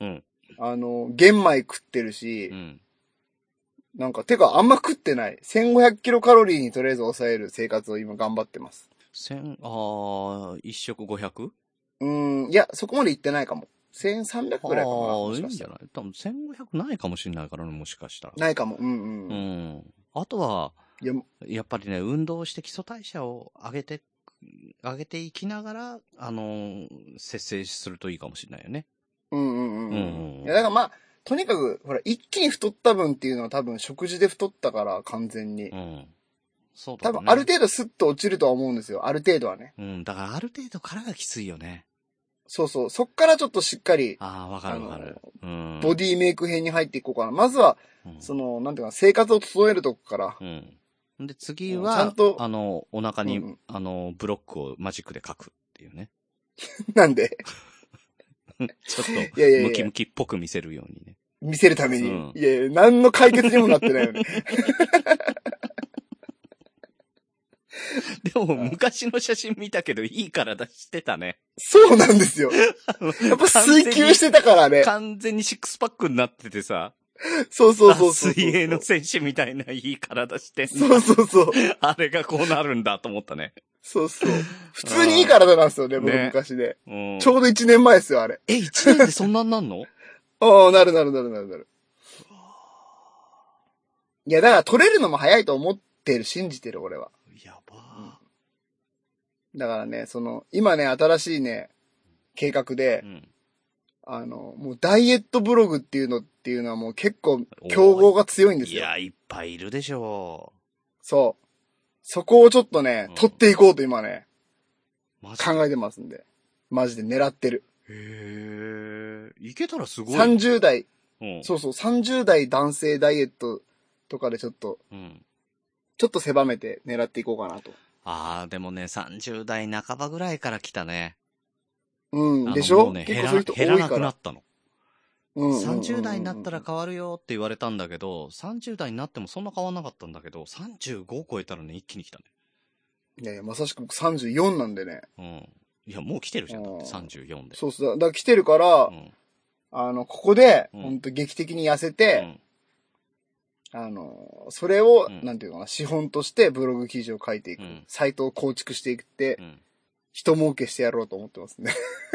S3: うん
S4: あの、玄米食ってるし、
S3: ん。
S4: なんか、てかあんま食ってない。1500キロカロリーにとりあえず抑える生活を今頑張ってます。
S3: 千、あー、一食五百
S4: うーん、いや、そこまで行ってないかも。1300
S3: あ
S4: くらいかな。
S3: ー
S4: も
S3: い
S4: し
S3: い
S4: か
S3: ん
S4: し
S3: じ
S4: た
S3: ゃ
S4: ら
S3: ない多分千五百ないかもしれないからね、もしかしたら。
S4: ないかも。うんうん。
S3: うん。あとは、
S4: いや、
S3: やっぱりね、運動して基礎代謝を上げて、上げていきながら、あのー節制するといいかもしれないよね。
S4: うんうんうん。
S3: うんうん
S4: いや、だからまあ、とにかく、ほら、一気に太った分っていうのは多分食事で太ったから完全に。
S3: うん。そうだ
S4: 多
S3: ね。
S4: 分ある程度スッと落ちるとは思うんですよ。ある程度はね。
S3: うん、だからある程度からがきついよね。
S4: そうそう。そっからちょっとしっかり、
S3: ああ、わかるわかる。うん。
S4: ボディメイク編に入っていこうかな。まずは、
S3: うん
S4: その、なんていうか、生活を整えるとこから。
S3: うん。で、次
S4: うんちゃ
S3: は
S4: んと、
S3: あの、お腹に、
S4: うんうん
S3: あの、ブロックをマジックで書くっていうね。
S4: なんで、
S3: ちょっ
S4: いやいや
S3: と、
S4: いや
S3: ムキムキっぽく見せるようにね。
S4: 見せるために。
S3: うん
S4: いやいや、何の解決にもなってな いよね。
S3: でも、昔の写真見たけど、いい体してたね。
S4: そうなんです よ。やっぱ水球してたからね。
S3: 完全にシックスパックになっててさ、
S4: そうそうそうそう。
S3: あ水泳の選手みたいないい体してん
S4: そう
S3: な
S4: そうそう。
S3: あれがこうなるんだと思ったね。
S4: そうそう。普通にいい体なんですよね、僕
S3: ね
S4: 昔で。
S3: うん
S4: ち。ょうど1年前ですよ、あれ。
S3: え、一年でそんなんなんの
S4: ああ、なるなるなるなるなる。いや、だから取れるのも早いと思ってる、信じてる、俺は。
S3: やば
S4: だからね、その、今ね、新しいね、計画で
S3: ー。う、ん。
S4: あの、もうダイエットブログっていうのっていうのはもう結構、競合が強いんです
S3: い
S4: よ。
S3: や、いっぱいいるでしょ
S4: そう。そこをちょっとね
S3: うん、
S4: 取っていこうと今ね、
S3: う。マジ
S4: 考えてますんで。マジで狙ってる。
S3: へえ、いけたらすごい。
S4: 30代、
S3: うん。
S4: そうそう、30代男性ダイエットとかでちょっと、
S3: うん。
S4: ちょっと狭めて狙っていこうかなと。
S3: ああ、でもね、30代半ばぐらいから来たね。
S4: うん、
S3: あの
S4: でしょ、
S3: もうね、
S4: 結
S3: 減
S4: 構
S3: ら
S4: そういう
S3: な
S4: 人多
S3: 減ら
S4: い
S3: な
S4: か
S3: くな
S4: ら。
S3: ったの。
S4: うんうんうんうん
S3: 30代になったら変わるよって言われたんだけど、30代になってもそんな変わんなかったんだけど、35を超えたらね、一気に来たね。
S4: いやいや、まさしく34なんでね。
S3: うん。いや、もう来てるじゃん、だって
S4: うん
S3: 34で。
S4: そうそう。だだから来てるから、
S3: ん。
S4: あの、ここで、
S3: うん
S4: ほんと劇的に痩せ
S3: う
S4: て、
S3: ん。
S4: あの、それを、
S3: うん
S4: なんていうのかな、資本としてブログ記事を書いてい
S3: う
S4: く。
S3: ん
S4: サイトを構築していくって、
S3: うん。
S4: 人儲けしてやろうと思ってますね。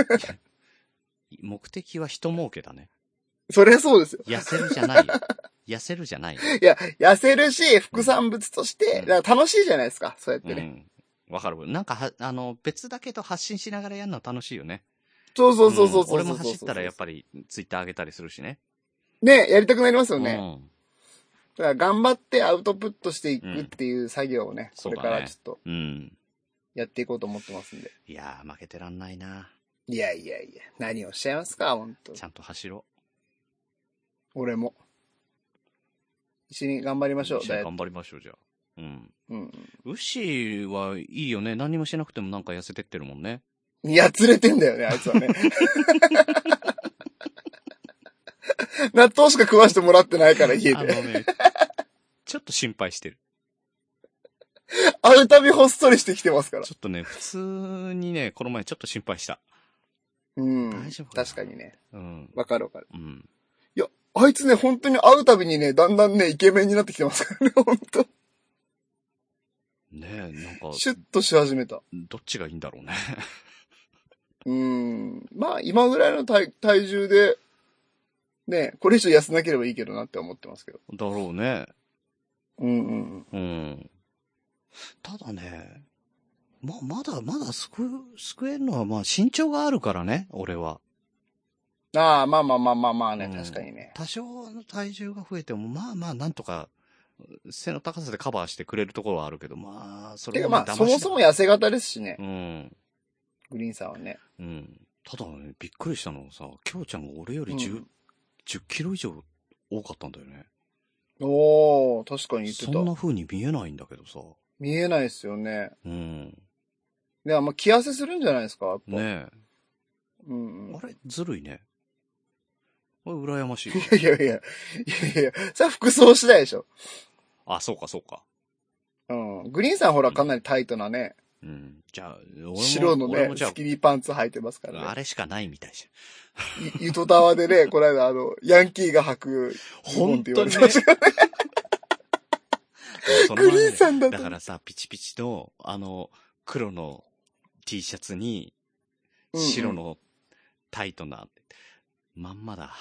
S3: 目的は人儲けだね。
S4: そりゃそうですよ。
S3: 痩せるじゃないよ。痩せるじゃないよ。
S4: いや、痩せるし、副産物として、
S3: うん
S4: だから楽しいじゃないですか、そうやって
S3: う
S4: ね。
S3: ん。わかる。なんかは、あの、別だけど発信しながらやるのは楽しいよね。
S4: そうそうそうそうそうそうそう。
S3: ん俺も走ったらやっぱりツイッター上げたりするしね。
S4: ね、やりたくなりますよね。
S3: うん。
S4: だから頑張ってアウトプットしていくっていう作業をね、
S3: そ
S4: こ
S3: う
S4: れ
S3: だ
S4: か
S3: ね
S4: らちょっと
S3: うん。
S4: やっていこうと思ってますんで。
S3: いやー、負けてらんないな。
S4: いやいやいや、何をおっしゃいますか、本当
S3: ちゃんと走ろ
S4: 俺も。一緒に頑張り
S3: う。
S4: ましょう、
S3: 一緒に
S4: ダイエット
S3: 頑張りましょう、じゃあ。うん。
S4: うん
S3: ウッシーはいいよね。何もしなくてもなんか痩せてってるもんね。
S4: うん。いやつれてんだよね、あいつはね。納豆しか食わしてもらってないから、家
S3: あの
S4: で。
S3: ね、ちょっと心配してる。
S4: あるたびほっそりしてきてますから
S3: ち。ょっとね、普通にね、この前ちょっと心配した。
S4: うん。
S3: 大丈夫かな
S4: 確かにね。
S3: うん。
S4: わかるわかる。
S3: うん。
S4: あいつね、本当に会うたびにね、だんだんね、イケメンになってきてますからね、本当
S3: ねえ、なんか、
S4: シュッとし始めた。
S3: どっちがいいんだろうね。
S4: うん。まあ、今ぐらいの体体重で、ね、これ以上痩せなければいいけどなって思ってますけど。
S3: だろうね。
S4: うんうんう
S3: う
S4: ん。
S3: ん。ただね、まあ、まだ、まだ救う、救えるのは、まあ、身長があるからね、俺は。
S4: ああ、まあまあまあまあまあね、
S3: うん
S4: 確かにね。
S3: 多少の体重が増えても、まあまあ、なんとか、背の高さでカバーしてくれるところはあるけど、まあ、それ
S4: て
S3: が
S4: かまあ、そもそも痩せ型ですしね、
S3: うん。
S4: グリーンさんはね。
S3: うん。ただね、びっくりしたのはさ、きょうちゃんが俺より
S4: う
S3: 10,、
S4: ん
S3: 10キロ以上多かったんだよね。
S4: おー、確かに言って
S3: そんな
S4: た。
S3: 風に見えないんだけどさ。
S4: 見えないですよね。
S3: うん。
S4: ね、あんま気痩せするんじゃないですか、やっぱ。
S3: ね
S4: うんうん
S3: え。あれ、ずるいね。これ、羨ましい。
S4: いやいやいや、いやいや、それは服装次第でしょ。
S3: あ、そうか、そうか。
S4: うん。グリーンさんほらかなりタイトなね、
S3: うん。じゃあ、俺も
S4: 白の
S3: 俺
S4: ね
S3: も、じゃ
S4: スキニーパンツ履いてますか
S3: あ、
S4: ら
S3: あ
S4: ね。
S3: れしかないみたいじ
S4: ゆゆとたわでね、この間あの、ヤンキーが履く
S3: ゃん。
S4: ズボンっ
S3: 本
S4: て言わ
S3: 当
S4: れ
S3: に
S4: て
S3: ね
S4: ましたから。
S3: その
S4: グ
S3: 前に
S4: リーンさんだ
S3: だ
S4: と
S3: か。らさ、ピチピチの、あの、黒の T シャツに、
S4: うんうん
S3: 白のタイトな、まんまだ。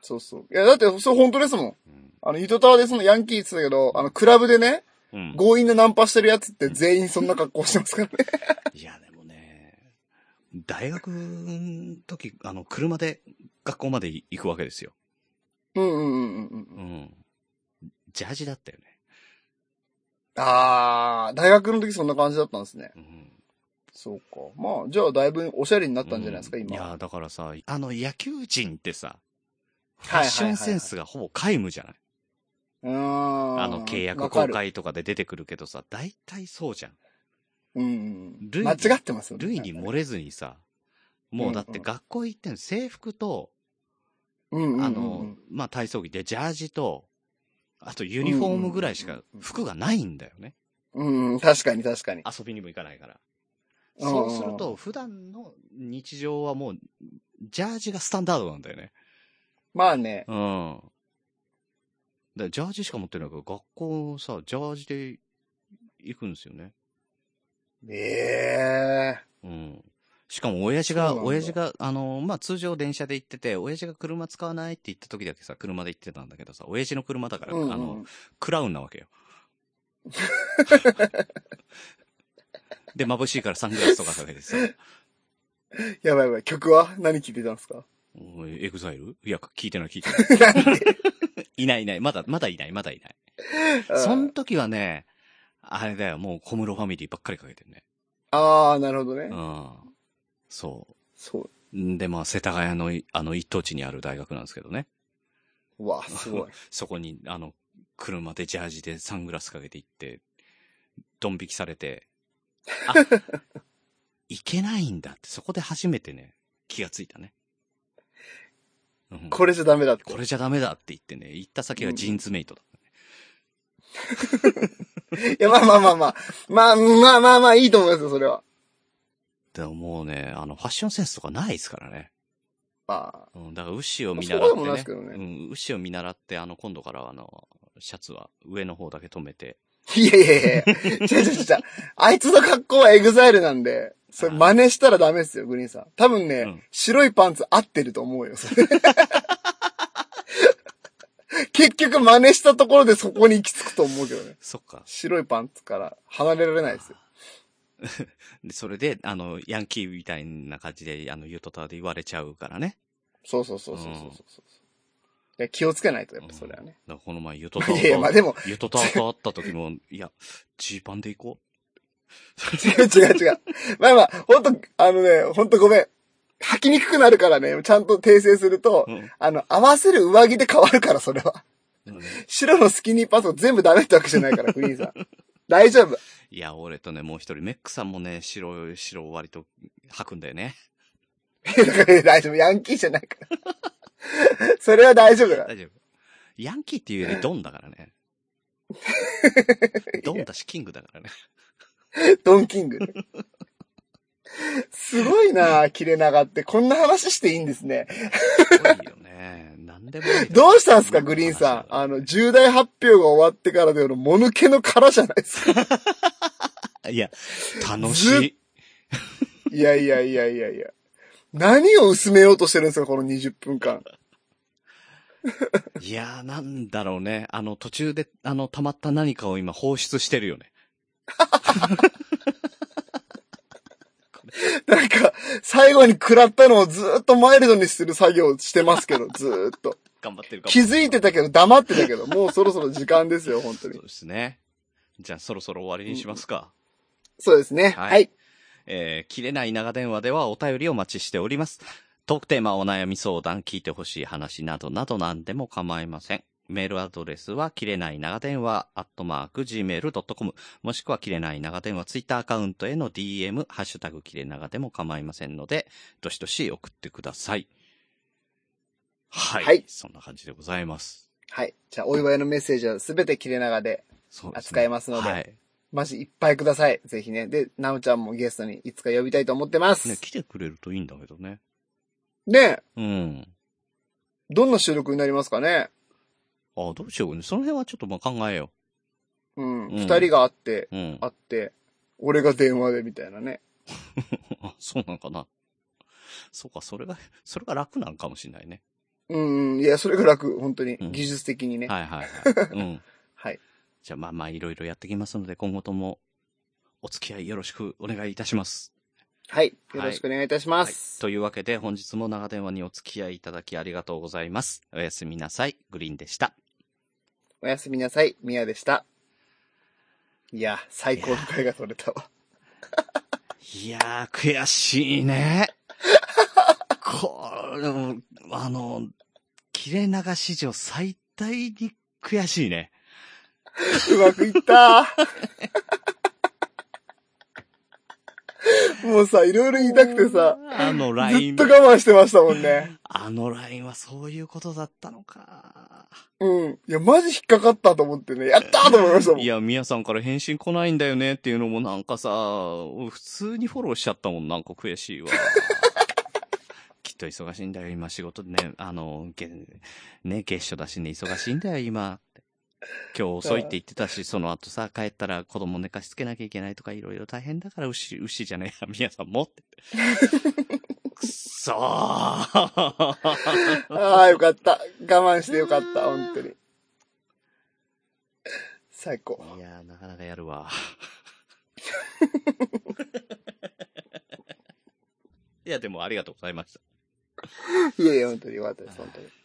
S4: そうそう。いや、だって、それ本当ですもん。
S3: うん。
S4: あの、ゆとたわでそのヤンキーって言ってたけど、あの、クラブでね、
S3: うん、
S4: 強引なナンパしてるやつって全員そんな格好してますからね。
S3: いや、でもね、大学の時、あの、車で学校まで行くわけですよ。
S4: うんうんうんうんうん。
S3: うん。ジャージだったよね。
S4: あー、大学の時そんな感じだったんですね。
S3: うん。
S4: そうか。まあ、じゃあだいぶおしゃれになったんじゃないですか、
S3: うん
S4: 今。
S3: いや、だからさ、あの、野球人ってさ、ファ
S4: はいはいはいはい
S3: ッションセンスがほぼ皆無じゃない、
S4: うーん。
S3: あの、契約
S4: わか
S3: 公
S4: る
S3: 開とかで出てくるけどさ、大体そうじゃん。
S4: うんうん。
S3: 類
S4: 間
S3: に
S4: 違ってますよね。
S3: 類に漏れずにさ、もうだって学校行ってん制服と、
S4: うんうんうんうん
S3: あの、まあ、体操着でジャージと、あとユニフォームぐらいし
S4: うんう
S3: か
S4: んうんうん
S3: 服がないんだよね。
S4: うんうん、確かに確かに。
S3: 遊びにも行かないから。
S4: うん
S3: そうすると、普段の日常はもう、ジャージがスタンダードなんだよね。
S4: まあね。
S3: うん。で、ジャージしか持ってないから、学校さ、ジャージで行くんですよね。
S4: ええ
S3: うん。しかも、親父
S4: そう
S3: が、
S4: なんだ
S3: 親父が、あの、まあ、通常電車で行ってて、親父が車使わないって言った時だけさ、車で行ってたんだけどさ、親父の車だから、
S4: うんうん
S3: あの、クラウンなわ けよ。で、眩しいからサングラスとかかけてさ、
S4: やばいやばい。曲は何聴いてたんですか
S3: おいエグザイルいや、聞いてない聞いてない。
S4: なんで
S3: いないいない、まだ、まだいない、まだいない。その時はね、あれだよ、もう小室ファミリーばっかりかけてるね。
S4: あー、なるほどね
S3: う。ん。そ。
S4: そう
S3: んで、まあ、世田谷のい、あの、一等地にある大学なんですけどね。
S4: う。 わ、すごい。
S3: そこに、あの、車でジャージでサングラスかけて行って、ドン引きされて、 あ、いけないんだって、そこで初めてね、気がついたね。うん
S4: これじゃダメだって。
S3: これじゃダメだって言ってね、行った先がジーンズメイトだったね。
S4: いや、まあまあまあまあ。まあまあまあまあ、いいと思いますよ、それは。
S3: でももうね、あの、ファッションセンスとかないですからね。
S4: まあ。
S3: うん、だから、牛を見
S4: そ
S3: 習
S4: こで
S3: って、
S4: も
S3: ね。
S4: ないですけど
S3: う
S4: ね。
S3: ん、牛を見習って、あの、今度からはあの、シャツは上の方だけ止めて。
S4: いやいやいやちゃちゃちゃ。あいつの格好はエグザイルなんで、それ真似したらダメですよ、グリーンさん。多分ね、
S3: うん
S4: 白いパンツ合ってると思うよ、それ 結局真似したところでそこに行き着くと思うけどね。
S3: そっか。
S4: 白いパンツから離れられないですよ。
S3: で、それで、あの、ヤンキーみたいな感じで、あの、ユートタワーで言われちゃうからね。
S4: そうそうそうそうそうそうそう、いや気をつけないと、やっぱそれはね。
S3: だからこの前、ユートタワ
S4: いやいや、まあ
S3: ーと、
S4: でも、
S3: ユートタワーと会った時も、いや、ジーパンで行こ
S4: 違う違う違う。まあまあ、ほんと、あのね、ほんとごめん。履きにくくなるからね、ちゃんと訂正すると、
S3: う。うん。
S4: あの、合わせる上着で変わるから、それは。
S3: うん
S4: 白のスキニーパンツも全部ダメってわけじゃないから、グリーンさん。大丈夫。
S3: いや、俺とね、もう一人、メックさんもね、白、白を割と吐くんだよね。
S4: だから大丈夫。ヤンキーじゃない から。それは大丈夫だから。
S3: 大丈夫。ヤンキーっていうよりドンだからね。ドンだしキングだからね。
S4: ドンキング。すごいな切れ長って。こんな話していいんですね。
S3: すごいよね。何でもいい
S4: どうしたんすか、グリーンさん。あの、重大発表が終わってからでの、もぬけの殻じゃないですか。
S3: ん。いや、楽
S4: ずっ
S3: しい。
S4: いやいやいやいやいや。何を薄めようとしてるんですか、この20分間。
S3: いやー、なんだろうね。あの、途中で、あの、溜まった何かを今放出してるよね。
S4: なんか、最後に食らったのをずーっとマイルドにする作業をしてます けど、ずーっと。
S3: 頑張ってるかも。
S4: 気づいてたけど、黙ってたけど、もうそろそろ時間ですよ、本当
S3: そ
S4: に
S3: う。ですね。じゃあ、そろそろ終わりにしますか。
S4: そうですね。
S3: はい
S4: はい。
S3: えー切れない長電話ではお便りをお待ちしております。トークテーマ、お悩み相談、聞いてほしい話などなど何でも構いません。メールアドレスは、切れない長電話、アットマーク、gmail.com、もしくは、切れない長電話、ツイッターアカウントへの DM、ハッシュタグ、切れ長でも構いませんので、どしどし送ってください。はい。
S4: はい
S3: そんな感じでございます。
S4: はい。じゃあ、お祝いのメッセージはすべて切れ長で、
S3: そう
S4: 扱いますので
S3: はい。
S4: マジいっぱいください。ぜひね。で、なおちゃんもゲストにいつか呼びたいと思ってます。
S3: ね、
S4: ね
S3: 来てくれるといいんだけどね。
S4: え
S3: うん。
S4: どんな収録になりますかね
S3: あ、どうしようね。その辺はちょっとまあ考えよ
S4: うん。
S3: うん
S4: 二、人が会って、
S3: う。うん。
S4: 会って、俺が電話でみたいなね。
S3: あ、そうなんかな。そうか、それが、 それが楽なんかもしれないね。
S4: うん、うん。いや、それが楽、本当に。
S3: うん
S4: 技術的にね。はい。
S3: はいはいはい。うん。
S4: はい。
S3: じゃあまあまあいろいろやってきますので、今後ともお付き合いよろしくお願いいたします。
S4: よろしくお願いいたしま
S3: はい
S4: す。。
S3: というわけで本日も長電話にお付き合いいただきありがとうございます。おやすみなさい。グリーンでした。
S4: おやすみなさい。みやでした。いや、最高の回が取れたわ。
S3: いやー、悔しいね。これも、あの、切れ長史上最大に悔しいね。
S4: うまくいったもうさ、いろいろ言いたくてさ、
S3: あのラ
S4: ず
S3: イ
S4: っ
S3: ン
S4: と我慢してましたもんね。
S3: あのラインはそういうことだったのか。
S4: うん。いや、マジ引っかかったと思ってね、やったーと思いましたもん。
S3: いや、みやさんから返信来ないんだよねっていうのもなんかさ、普通にフォローしちゃったもん、なんか悔しい わ。きっと忙しいんだよ、今仕事でね、あの、げね、月初だしね、忙しいんだよ、今。今日遅いって言ってたし、その後さ、帰ったら子供寝かしつけなきゃいけないとかいろいろ大変だから、牛、牛じゃねえや、みやさんも って。くっそー
S4: ああ、よかった。我慢してよかった、本当に。最高。
S3: いやー、なかなかやるわ。いや、でもありがとうございました。
S4: いやいや、本当によかったです、本当に。